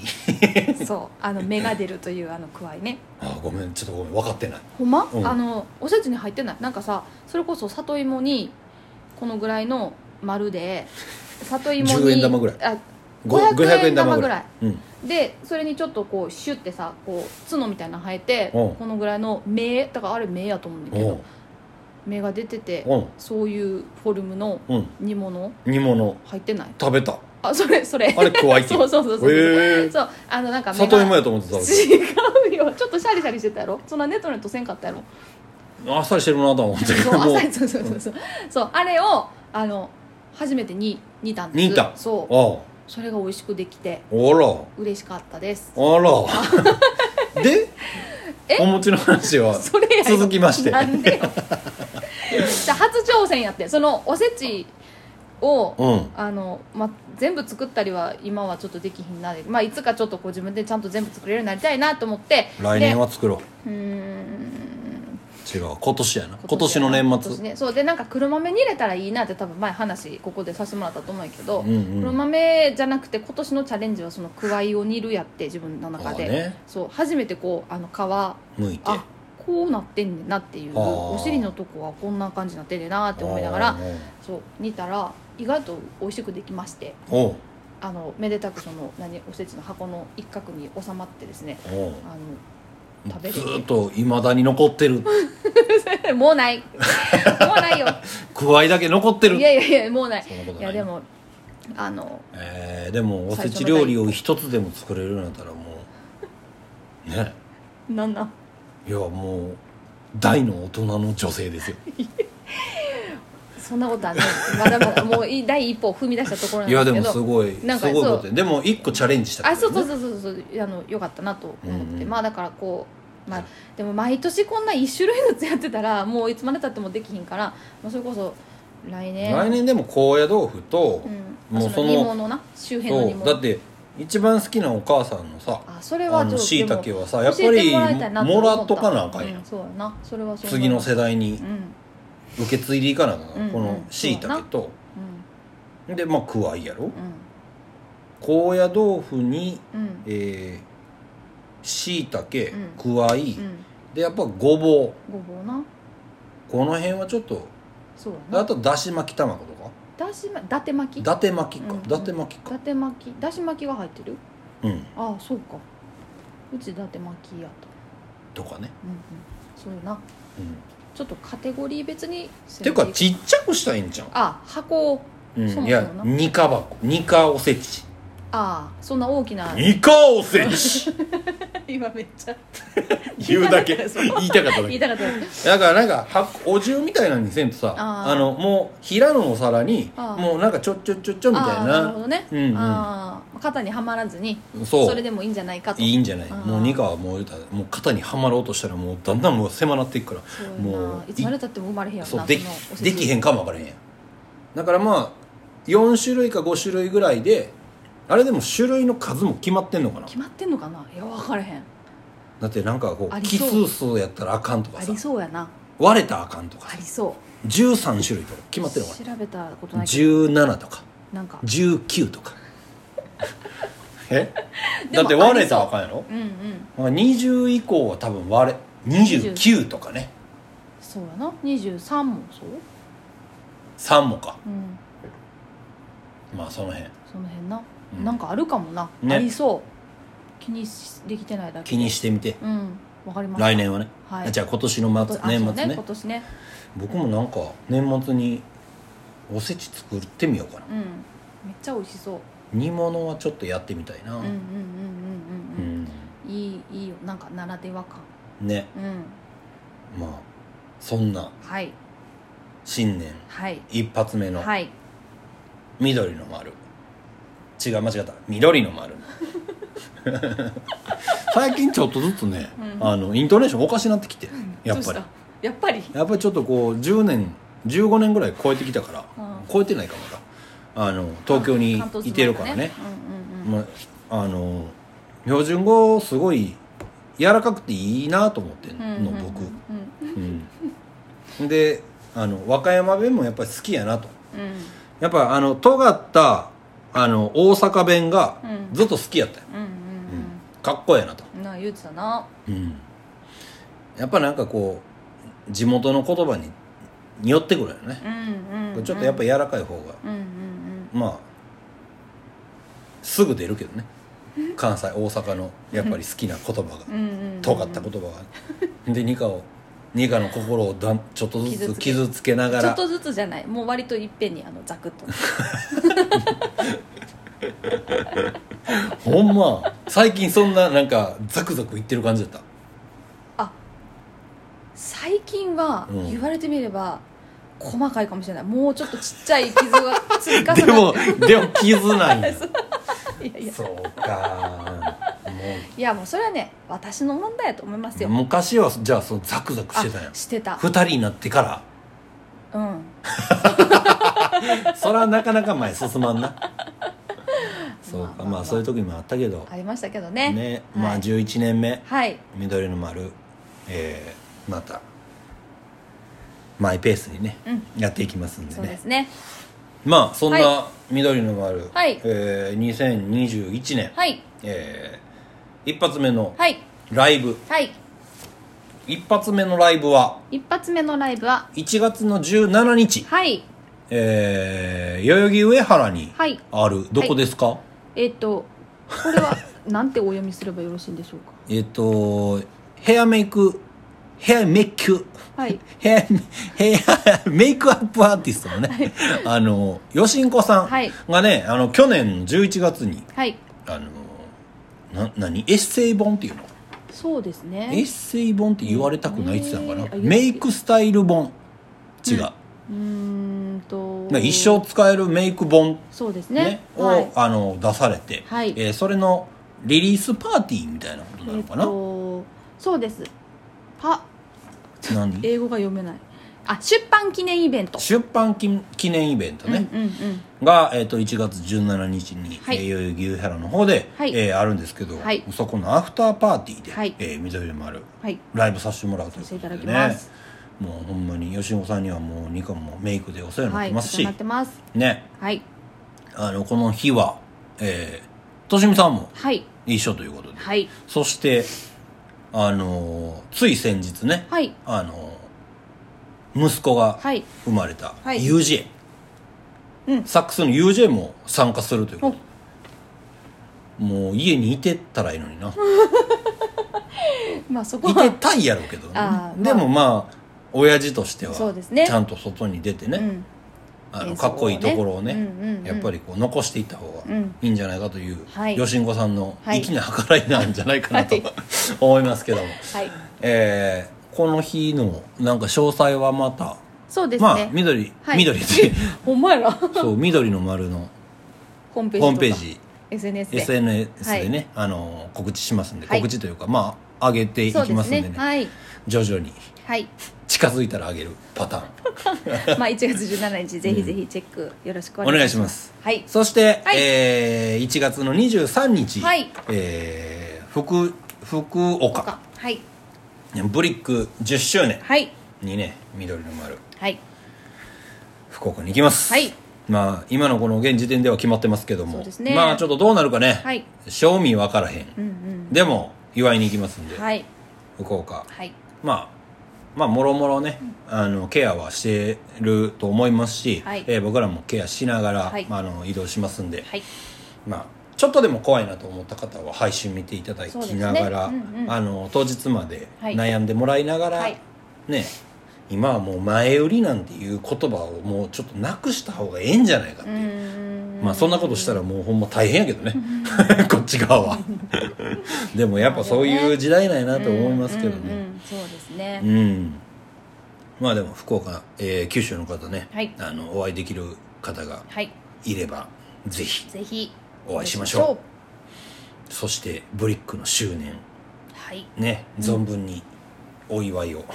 B: そうあの芽が出るというあのくわいね
A: あごめんちょっとごめん分かってない
B: ほんま、
A: うん
B: あのおせちに入ってないなんかさそれこそ里芋にこのぐらいの丸で里芋に
A: 10円玉ぐらい
B: あ
A: ご
B: 500円玉ぐらい
A: うん
B: でそれにちょっとこうシュッてさこう角みたいなの生えて
A: うん
B: このぐらいの目だからあれ目やと思うんだけ
A: お
B: ど
A: う
B: 芽が出てて
A: うん
B: そういうフォルムの
A: うん
B: 煮物
A: 煮物
B: 入ってない
A: 食べた
B: あそれそれ
A: あれ加えて
B: そうそうそうそう、
A: へー
B: そうあのなんか芽が
A: 里芋やと思って食べ
B: 違うよちょっとシャリシャリしてたやろそんなネトネトせんかったや ろ
A: たあっさりしてるなと思って
B: そう
A: もう
B: 浅いそうそうそうそうそうあれをあの初めてに煮たんです
A: 煮た
B: そう
A: あ
B: それが美味しくできて
A: あら
B: 嬉しかったです
A: あら で
B: え
A: お餅の話は
B: それやよ
A: 続きまして
B: なんで よじゃあ初挑戦やってそのおせちを、
A: うん
B: あのま、全部作ったりは今はちょっとできひんなで、まあ、いつかちょっとこう自分でちゃんと全部作れるようになりたいなと思って
A: 来年
B: は
A: は作ろ
B: うー
A: う
B: ん
A: 違う今年やな今年
B: やな
A: の年
B: 今
A: 末
B: ね、そうでなんか黒豆に入れたらいいなって多分前話ここでさせてもらったと思うんやけど、
A: うんうん
B: 黒豆じゃなくて今年のチャレンジはそのくわいを煮るやって自分の中で、
A: ああね
B: そう初めてこうあの皮
A: 剥いて
B: あこうなってんねんなっていう
A: あー
B: お尻のとこはこんな感じになってんねんなって思いながらそう煮たら意外と美味しくできまして
A: おう
B: あのめでたくその何おせちの箱の一角に収まってですね
A: おう
B: あの食べ
A: ず
B: れ
A: ーっといまだに残ってる
B: て もうないもうない よ
A: くわいだけ残ってる
B: いやいやいやもうない
A: そんなことない
B: いやでもあの
A: えーでもおせち料理を一つでも作れるようになったらもうね
B: なんなん
A: いやもう大の大人の女性 ですよ
B: そんなことはないまだまだもうい第一歩を踏み出したところなん
A: い
B: で
A: や
B: すけ
A: で
B: ど
A: もすごい
B: なん
A: す
B: か
A: ごいこと
B: そ
A: ででも一個チャレンジしたから
B: あ
A: ね
B: そうそうそうそうそうあのよかったなと思って、
A: うんうん
B: まあだからこう、ま
A: う
B: あ
A: ん、
B: でも毎年こんな一種類ずつやってたらもういつまでたってもできひんから、まあ、それこそ来年
A: 来年でも高野豆腐と
B: うん、
A: も
B: も
A: うそ
B: うそ
A: の
B: の煮物な周辺の煮
A: そう
B: 物
A: だって一番好きなお母さんのさ
B: あそれ
A: あ
B: は
A: のしいたけはさやっぱ
B: 教えて
A: り
B: もらいたいな
A: もら
B: 思
A: っとかなあかんや
B: うんん、そうやなそれはそう
A: 次の世
B: 代
A: 代に
B: うんうん
A: 受け継いでいかなあかん
B: うん
A: このしいたけとでまあくわいやろ高野豆腐に
B: うんうん
A: えー、しいたけ
B: うん
A: くわい
B: うん
A: でやっぱごぼ
B: ごぼうな
A: うこの辺はちょっと
B: そうや
A: あ
B: な
A: とだし巻き卵とか
B: だしまだて巻き
A: 伊達巻きか
B: うん
A: 伊達巻き
B: だ
A: か
B: て巻きだし巻きが入ってる
A: うん
B: ああそうかうちだって巻きやと
A: とかね
B: うんうんそうやな
A: うん
B: ちょっとカテゴリー別に
A: ていうかちっちゃくしたらいいんじゃん
B: あ箱を
A: うん
B: そうないんだ
A: や
B: よな
A: ニカ箱ニカおせち
B: ああそんな大きな
A: ニカおせち
B: 今めっちゃ
A: 言うだけ
B: 言いたかったです
A: 言いたかっただ
B: 言
A: け
B: いたかったです
A: だからなんかはお重みたいなのにせんとさ
B: あ
A: あ
B: ー
A: のもう平野のお皿に
B: あー
A: もうなんかちょっちょっちょっちょみた
B: ああ
A: い
B: なるほ
A: な
B: どね、
A: うんうん
B: ああ肩にはまらずに
A: そう
B: れでもいいんじゃないかと
A: いいんじゃない
B: あー
A: もうニカはもう言うたらもう肩にはまろうとしたらもうだんだんもう狭なっていくから
B: そうやな
A: もう
B: いつまでたっても生まれへんやろ
A: そう
B: な
A: できできへんかも分からへんやんだからまあ4種類か5種類ぐらいであれでも種類の数も決まってんのかな
B: 決まってんのかないや分からへん
A: だってなんかこ
B: あ
A: う
B: り
A: 奇
B: そ
A: 数
B: う
A: 数やったらあかんとか
B: あ
A: さ
B: りそうやな
A: 割れたらあかんとか
B: あ
A: さ
B: りそう
A: 13種類とか決まってるのか
B: 調べたこと
A: な
B: な
A: い
B: けど
A: 17とか
B: なんか
A: 19とか え
B: で
A: だ
B: も
A: って割れたらあかんやろ
B: うんうん
A: なんか20以降は多分割れ29とかね
B: そうやな23もそう
A: 3もか
B: うん
A: まあその辺
B: その辺な、
A: うん
B: なんかあるかもな、
A: ね
B: ありそう気にしできてないだけ
A: 気にしてみて
B: うんわかりました
A: 来年はね、
B: はい
A: じゃあ今年の末
B: あ
A: 年
B: そう
A: 末ね
B: 今年ね
A: 僕もなんか年末におせち作ってみようかな
B: うんめっちゃ美味しそう
A: 煮物はちょっとやってみたいな
B: うんうんうんうんうんうんいいいいよなんかならでは感
A: うんね
B: うん
A: まあそんな
B: はい
A: 新年
B: はい
A: 一発目の
B: はい
A: 緑の丸、違う間違った緑の丸 最近ちょっとずつね、
B: うん
A: あのイントネーションおかしなってきてや
B: ど
A: っ
B: う
A: ぱ
B: し
A: り
B: たやっぱり
A: やっぱりちょっとこう10年15年ぐらい超えてきたから、
B: うん
A: 超えてないかまだあの東京に
B: 関東住まい
A: いてるからね
B: だうんうんうん
A: まあの標準語すごい柔らかくていいなと思ってん
B: うんうん
A: の、
B: うん
A: 僕、
B: うん
A: うん、であの和歌山弁もやっぱり好きやなと
B: うん
A: やっぱあの尖ったあの大阪弁が
B: うん
A: ずっと好きやったよ、
B: うんうんうん
A: かっこええなと、
B: な言うてたな
A: うん、やっぱなんかこう地元の言葉にによってくるよね
B: う、んうん
A: ちょっとやっぱ
B: り
A: 柔らかい方が
B: うんうんうん
A: まあすぐ出るけどね関西大阪のやっぱり好きな言葉が
B: うんうんうん
A: 尖った言葉がでニカをニカの心をだんちょっとずつ
B: 傷つけ
A: 傷つけなが
B: ちょ
A: ら
B: っとずつじゃないもう割といっぺんにあのザクッと
A: ほんま最近そんななんかザクザクいってる感じだっ
B: 最近は
A: うん
B: 言われてみれば、細かいかもしれないもうちょっとちっちゃい傷が積み重な
A: た
B: って
A: でもでも傷なん や
B: いやいや
A: そうか
B: いやもうそれはね私の問題やと思います
A: もう
B: よ
A: 昔はじゃあそのザクザクしてたんや
B: あしてた
A: 二人になってから
B: うん
A: それはなかなか前進まんなそう
B: まあま
A: か
B: あま
A: ま
B: あ
A: あそういう時もあったけど
B: ありましたけどね
A: ね
B: はい
A: まあ11年目
B: はい
A: 緑の丸えーまたマイペースにね
B: うん
A: やっていきますんで
B: そうで
A: ね
B: すね
A: まあそんな
B: は
A: 緑の丸
B: はい
A: えー2021年
B: はい
A: えー一発目の
B: はい
A: ライブ
B: はい
A: 一発目のライブは
B: 一発目のライブは
A: 1月の17日
B: はい
A: えー代々木上原に
B: はい
A: あるどこですか、
B: えっ、とこれは なんてお読みすればよろしいんでしょうか
A: えっと、ヘアメイク、ヘアメイク、
B: はい
A: ヘア、ヘアメイクアップアーティストのね、あの、よしんこさん
B: はい
A: がね、あの、去年11月に、
B: はい
A: あの、な、なに、エッセイ本っていうの
B: そうです
A: エッ
B: ね
A: セイ本って言われたくないって言ってたのか
B: え
A: な
B: ー
A: メイクスタイル本違う。
B: うーんと
A: なんか一生使えるメイク本、
B: そうですね
A: ねを、
B: はい
A: あの出されて、
B: はい
A: えーそれのリリースパーティーみたいなことな
B: え
A: の
B: っ、
A: かな、
B: とそうですパ
A: 何
B: 英語が読めないあ出版記念イベント
A: 出版記記念イベントね、
B: うんうんうん
A: が、えー、と1月17日に、
B: はい
A: えー代々木上原の方で、
B: はい
A: えーあるんですけど、
B: はい
A: そこのアフターパーティーで、
B: はい
A: えー緑の丸
B: はい
A: ライブさせてもらうということで、ね、
B: させていただきます
A: もうほんまに吉本さんにはもうニカもメイクでお世話になっ
B: はい
A: てますし、
B: なってます
A: ね
B: はい
A: あのこの日はえーとしみさんも
B: はい
A: 一緒ということで、
B: はい
A: そしてあのーつい先日ね、
B: はい
A: あのー息子が
B: はい
A: 生まれた
B: はい
A: UJ、
B: うん
A: サックスの UJ も参加するということ
B: お
A: もう家にいてったらいいのにな い
B: まあそこ
A: て
B: は
A: たいやろうけどね、
B: あーまあ
A: でもまあ親父としては
B: そうですね
A: ちゃんと外に出てね、
B: うん
A: あの
B: 演奏をね
A: かっこいいところをね、
B: うんうんうん
A: やっぱりこう残していった方が
B: うん
A: いいんじゃないかという、
B: はい
A: よしんこさんの
B: はい
A: 粋な計らいなんじゃないかなと、
B: はい
A: 思いますけども、
B: はい
A: えーこの日のなんか詳細はまた、
B: そうですね、
A: まあ緑、
B: はい
A: 緑 って
B: ほんまやな
A: そう緑の丸の
B: ホームページ
A: ホ
B: とか
A: ームページ
B: SNS で
A: SNS でね、あの告知しますんで、
B: はい
A: 告知というかまあ上げていき
B: そうで
A: ますすんで
B: ね
A: ね
B: はい
A: 徐々に
B: はい
A: 近づいたら上げるパターン
B: まあ1月17日ぜひぜひチェックよろしく
A: お
B: お
A: 願
B: 願
A: い
B: い
A: し
B: し
A: ま
B: ますすはい
A: そして、
B: はい
A: えー1月の23日、
B: はい
A: えー福福岡
B: はい
A: ブリック10周年
B: はい
A: にね緑の丸
B: はい
A: 福岡に行きます、
B: はい
A: まあ今のこの現時点では決まってますけども
B: そうですね
A: まあちょっとどうなるかね、
B: はい
A: 賞味分からへん、
B: うんうん
A: でも祝いに行きますんで、
B: はい
A: 福岡
B: はい
A: まあまあもろもろね、あのケアはしてると思いますし、
B: はい
A: えー僕らもケアしながら、
B: はい
A: まあ、あの移動しますんで、
B: はい
A: まあちょっとでも怖いなと思った方は配信見ていただき
B: そうですね
A: ながら、
B: うんうん
A: あの当日まで
B: はい
A: 悩んでもらいながら、
B: はい
A: ね今はもう前売りなんていう言葉をもうちょっとなくした方がええんじゃないかって
B: う
A: いう、
B: ーん
A: まあそんなことしたらもうほんま大変やけどね こっち側はでもやっぱそういう時代なんやなと思いますけどね、
B: うんうんうんそうです
A: う
B: ね
A: んまあでも福岡、えー九州の方ね、
B: はい
A: あのお会いできる方が
B: はい
A: いればぜひ
B: ぜひ
A: お会いしましょうそしてブリックの周年
B: はい
A: ね存分にお祝いを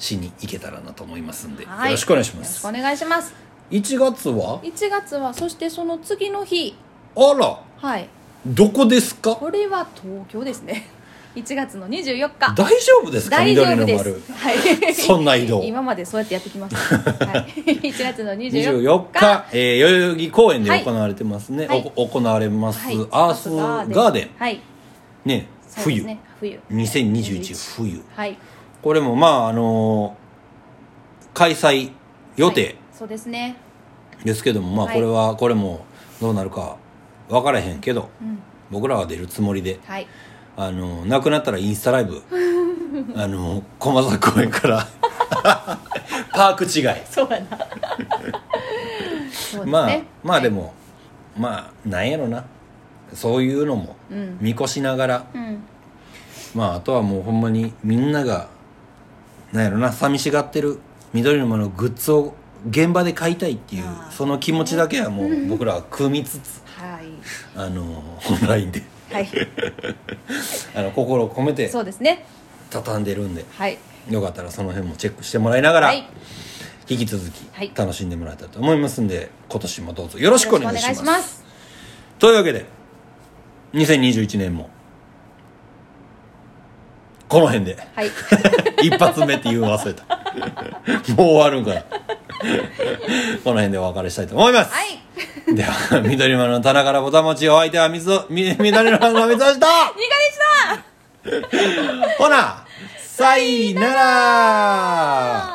A: しに行けたらなと思いますんで、
B: は
A: よ
B: い
A: ろしくお願いし
B: よ
A: ま
B: ろし
A: す
B: くお願いします
A: 1月は
B: 1月はそしてその次の日
A: あら
B: はい
A: どこですか
B: これは東京ですね 1月の24日
A: 大丈夫ですか
B: 大丈
A: 緑
B: 夫
A: の
B: で
A: 丸
B: すはい
A: そんな移動
B: 今までそうやってやってきました、はい、1月 の24
A: 24
B: 日
A: 日、えー、代々木公園で行われてますね、
B: はい
A: お行われます、
B: はい
A: アースガーデン
B: はい
A: ね
B: そう
A: 冬
B: ですね冬
A: 2021冬
B: はい
A: これもまああのー開催予
B: はい
A: 定
B: そうですね
A: ですけども、まあ
B: はい
A: これはこれもどうなるか分からへんけど
B: うん
A: 僕らは出るつもりで
B: はい
A: あのーなくなったらインスタライブ あのー駒沢公園からパーク違い
B: そうやなそうですね
A: まあまあで
B: も、
A: も、まあなんやろなそういうのも
B: うん
A: 見越しながら、
B: うん
A: まああとはもうほんまにみんながなんやろな寂しがってる緑の間のグッズを現場で買いたいっていう
B: あー
A: その気持ちだけはもう僕らは組みつつ
B: はい
A: あのオンラインで
B: はい
A: あの心を込めて
B: そうですね
A: 畳んでるんで
B: はい
A: よかったらその辺もチェックしてもらいながら、
B: はい
A: 引き続
B: はい
A: き楽しんでもらえたらと思いますんで、今年もどうぞよろしくお願いします
B: よろくお願いします
A: というわけで2021年もこの辺で
B: はい
A: 一発目って言うの忘れた もう終わるんかな この辺でお別れしたいと思います、
B: はい
A: では緑丸の棚からぼたもちお相手は水をみ緑丸の水橋と
B: いかがでした
A: ほなさいなら